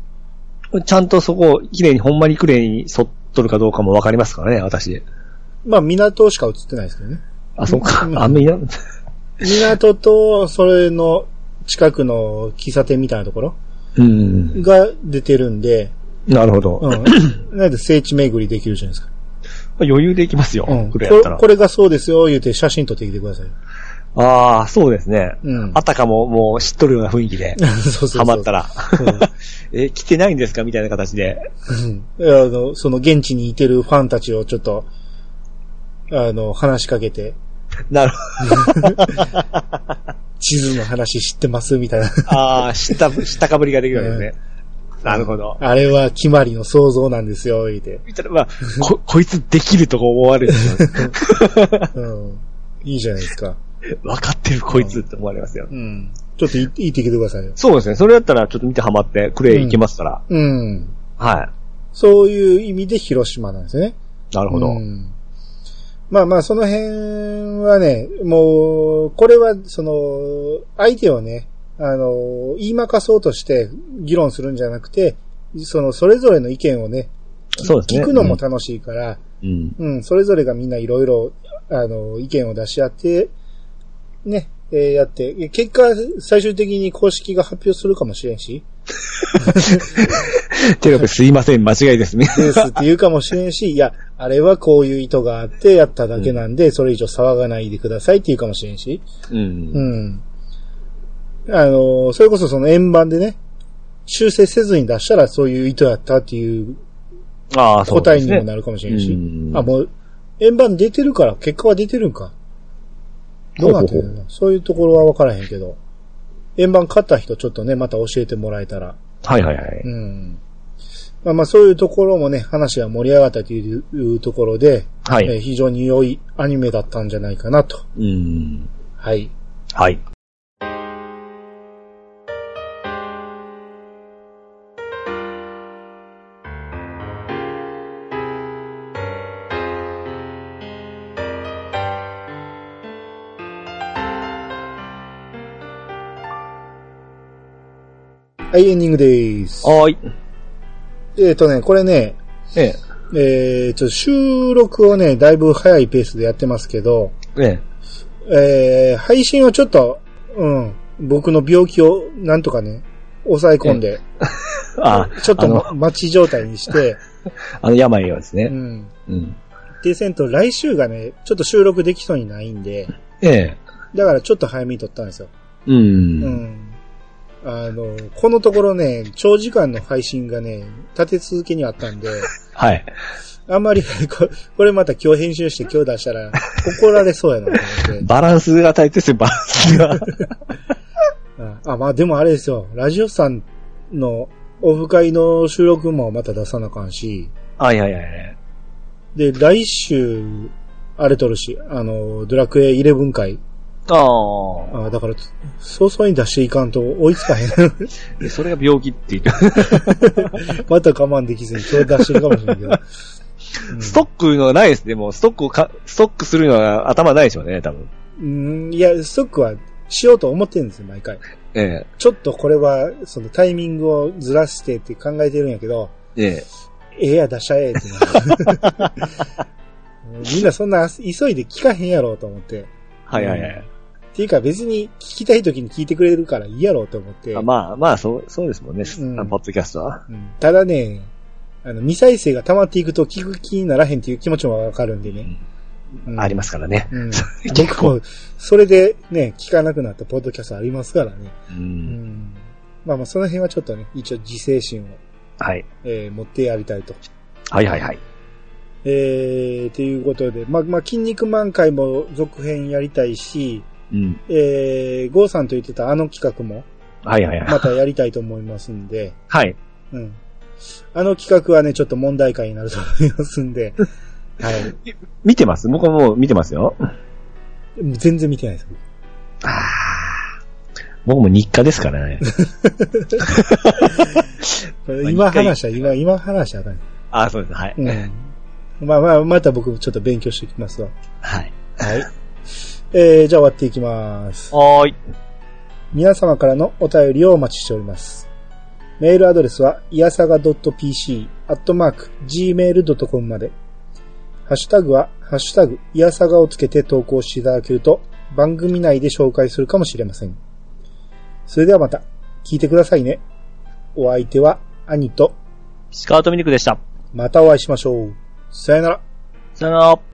ちゃんとそこを綺麗に、ほんまに綺麗に沿っとるかどうかもわかりますからね、私。
まあ、港しか映ってないですけどね。
あ、そうか
う。ん
あんまりな、
港と、それの近くの喫茶店みたいなところ
うん。
が出てるんで、
なるほど。
うん。なんで聖地巡りできるじゃないですか。
余裕でいきますよ。
うん。
こ
こ
れや
れ
ったら。
これがそうですよ、言うて写真撮ってきてくだ さいよ。
ああ、そうですね。
うん。
あたかももう知っとるような雰囲気で、
そうそうそう
ハ マった
う
ら。え、来てないんですかみたいな形で。
んうんあの、その現地にいてるファンたちをちょっと、あの、話しかけて、
なるほ
地図の話知ってますみたいな。
ど。ああ、知った、知ったかぶりができるわけですね。なるほど。
あれは決まりの想像なんですよ、言うて。
見たら、 まあ、こ、こいつできるとか思われるんですよね。
うん。いいじゃないですか。
わかってるこいつって思われますよ。
うん。ちょっとい行ってきてくださいよ。
そうですね。それだったらちょっと見てハマって、クレイいけますから。
うん。
は
そういう意味で広島なんですよね。
い。なるほど。
うんまあまあ、その辺はね、もう、これは、その、相手をね、あの、言いまかそうとして議論するんじゃなくて、その、それぞれの意見をね、
そうですね。
聞くのも楽しいから、
うん。
うん、それぞれがみんないろいろ、あの、意見を出し合って、ね、えーやって、結果、最終的に公式が発表するかもしれんし、
というわけですいません、間違いですね。
ですって言うかもしれんし、いや、あれはこういう意図があってやっただけなんで、それ以上騒がないでくださいって言うかもしれんし。
う。
うんん。あの、それこそその円盤でね、修正せずに出したらそういう意図やったっていう
ああ、そう
答
で
え
す
に
ね。
もなるかもしれんし。
うん
あ、もう、円盤出てるから、結果は出てるんか。どうなってるの
ほう
そういうところはわからへんけど。円盤買った人ちょっとね、また教えてもらえたら。
はいはいはい。
うん。まあまあそういうところもね、話が盛り上がったといういうところで、
は
えー
い。
非常に良いアニメだったんじゃないかなと。
うん。
はい。
はい。
はい、エンディングです。
はーい。
えっ、とね、これね、
ええ。
えー、ちょっと収録をね、だいぶ早いペースでやってますけど、
ええ。
えー、配信をちょっと、うん、僕の病気をなんとかね、抑え込んで、
ああ、
ちょっと
あの
ま待ち状態に して、
あの病をです
う
ね。
ん。
うん。
でせんと来週がね、ちょっと収録できそうにないんで、
ええ。
だからちょっと早めに撮ったんですよ。う
う。
んん。あの、こ のところね、長時間の配信がね、立て続けにあったんで、
はい。
ああんまりこ、これまた今日編集して今日出したら怒られそうやなと思 って。
バランスが大切ですよ、バランス が。
うんあ、まあでもあれですよ。ラジオさんのオフ会の収録もまた出さなあかんし。
あ、いやいやいや。
で、来週、あれとるし、あの、ドラクエ11回。
ああ。
あだから、早々に出していかんと追いつかへん。
それが病気って言って、
また我慢できずに今日出してるかもし れんけど。うん
ストックのないですね。もうストックをか、ストックするのは頭ないでしょうね、多分。
うん、いや、ストックはしようと思ってるんですよ、毎回。
え
ちょっとこれは、そのタイミングをずらしてって考えてるんやけど、
え、ええ。
ええや、出しゃええってな るうんみんなそんな急いで聞かへんやろうと思って。っ
はいはいはい。
ていうか別に聞きたい時に聞いてくれるからいいやろうと思って。
あまあまあ、そう、そうですもんね、
うん
あのポッドキャストは。
うんただね、あの、未再生が溜まっていくと聞く気にならへんっていう気持ちもわかるんでね。うん
ありますからね。
うん、
結
結
構
構、それでね、聞かなくなったポッドキャストありますからね。
う。
うんん。まあまあ、その辺はちょっとね、一応自制心を、
はい。
えー持ってやりたいと。
はいはいはい。
えー、ということで、まあまあ、筋肉満開も続編やりたいし、
うん。
えー、ゴーさんと言ってたあの企画も、
はいはいはい。
またやりたいと思いますんで、
はい。
うん。あの企画はね、ちょっと問題解になると思いますんで、 はい。
見てます僕はもう見てますよ。
全然見てないです。
ああ。僕も日課ですからね。
僕
あ
今
一回
話は、今、今話したらあかん
ああ、そうです。はい。
うん。まあまあ、また僕もちょっと勉強してきますわ。
はい。
はい。えー、じゃあ終わっていきます。
おーい。
皆様からのお便りをお待ちしております。メールアドレスは、いやさが .pc、アットマーク、gmail.com まで。ハッシュタグは、ハッシュタグ、いやさがをつけて投稿していただけると、番組内で紹介するかもしれません。それではまた、聞いてくださいね。お相手は、兄と、
スカートミルクでした。
またお会いしましょう。さよなら。
さよなら。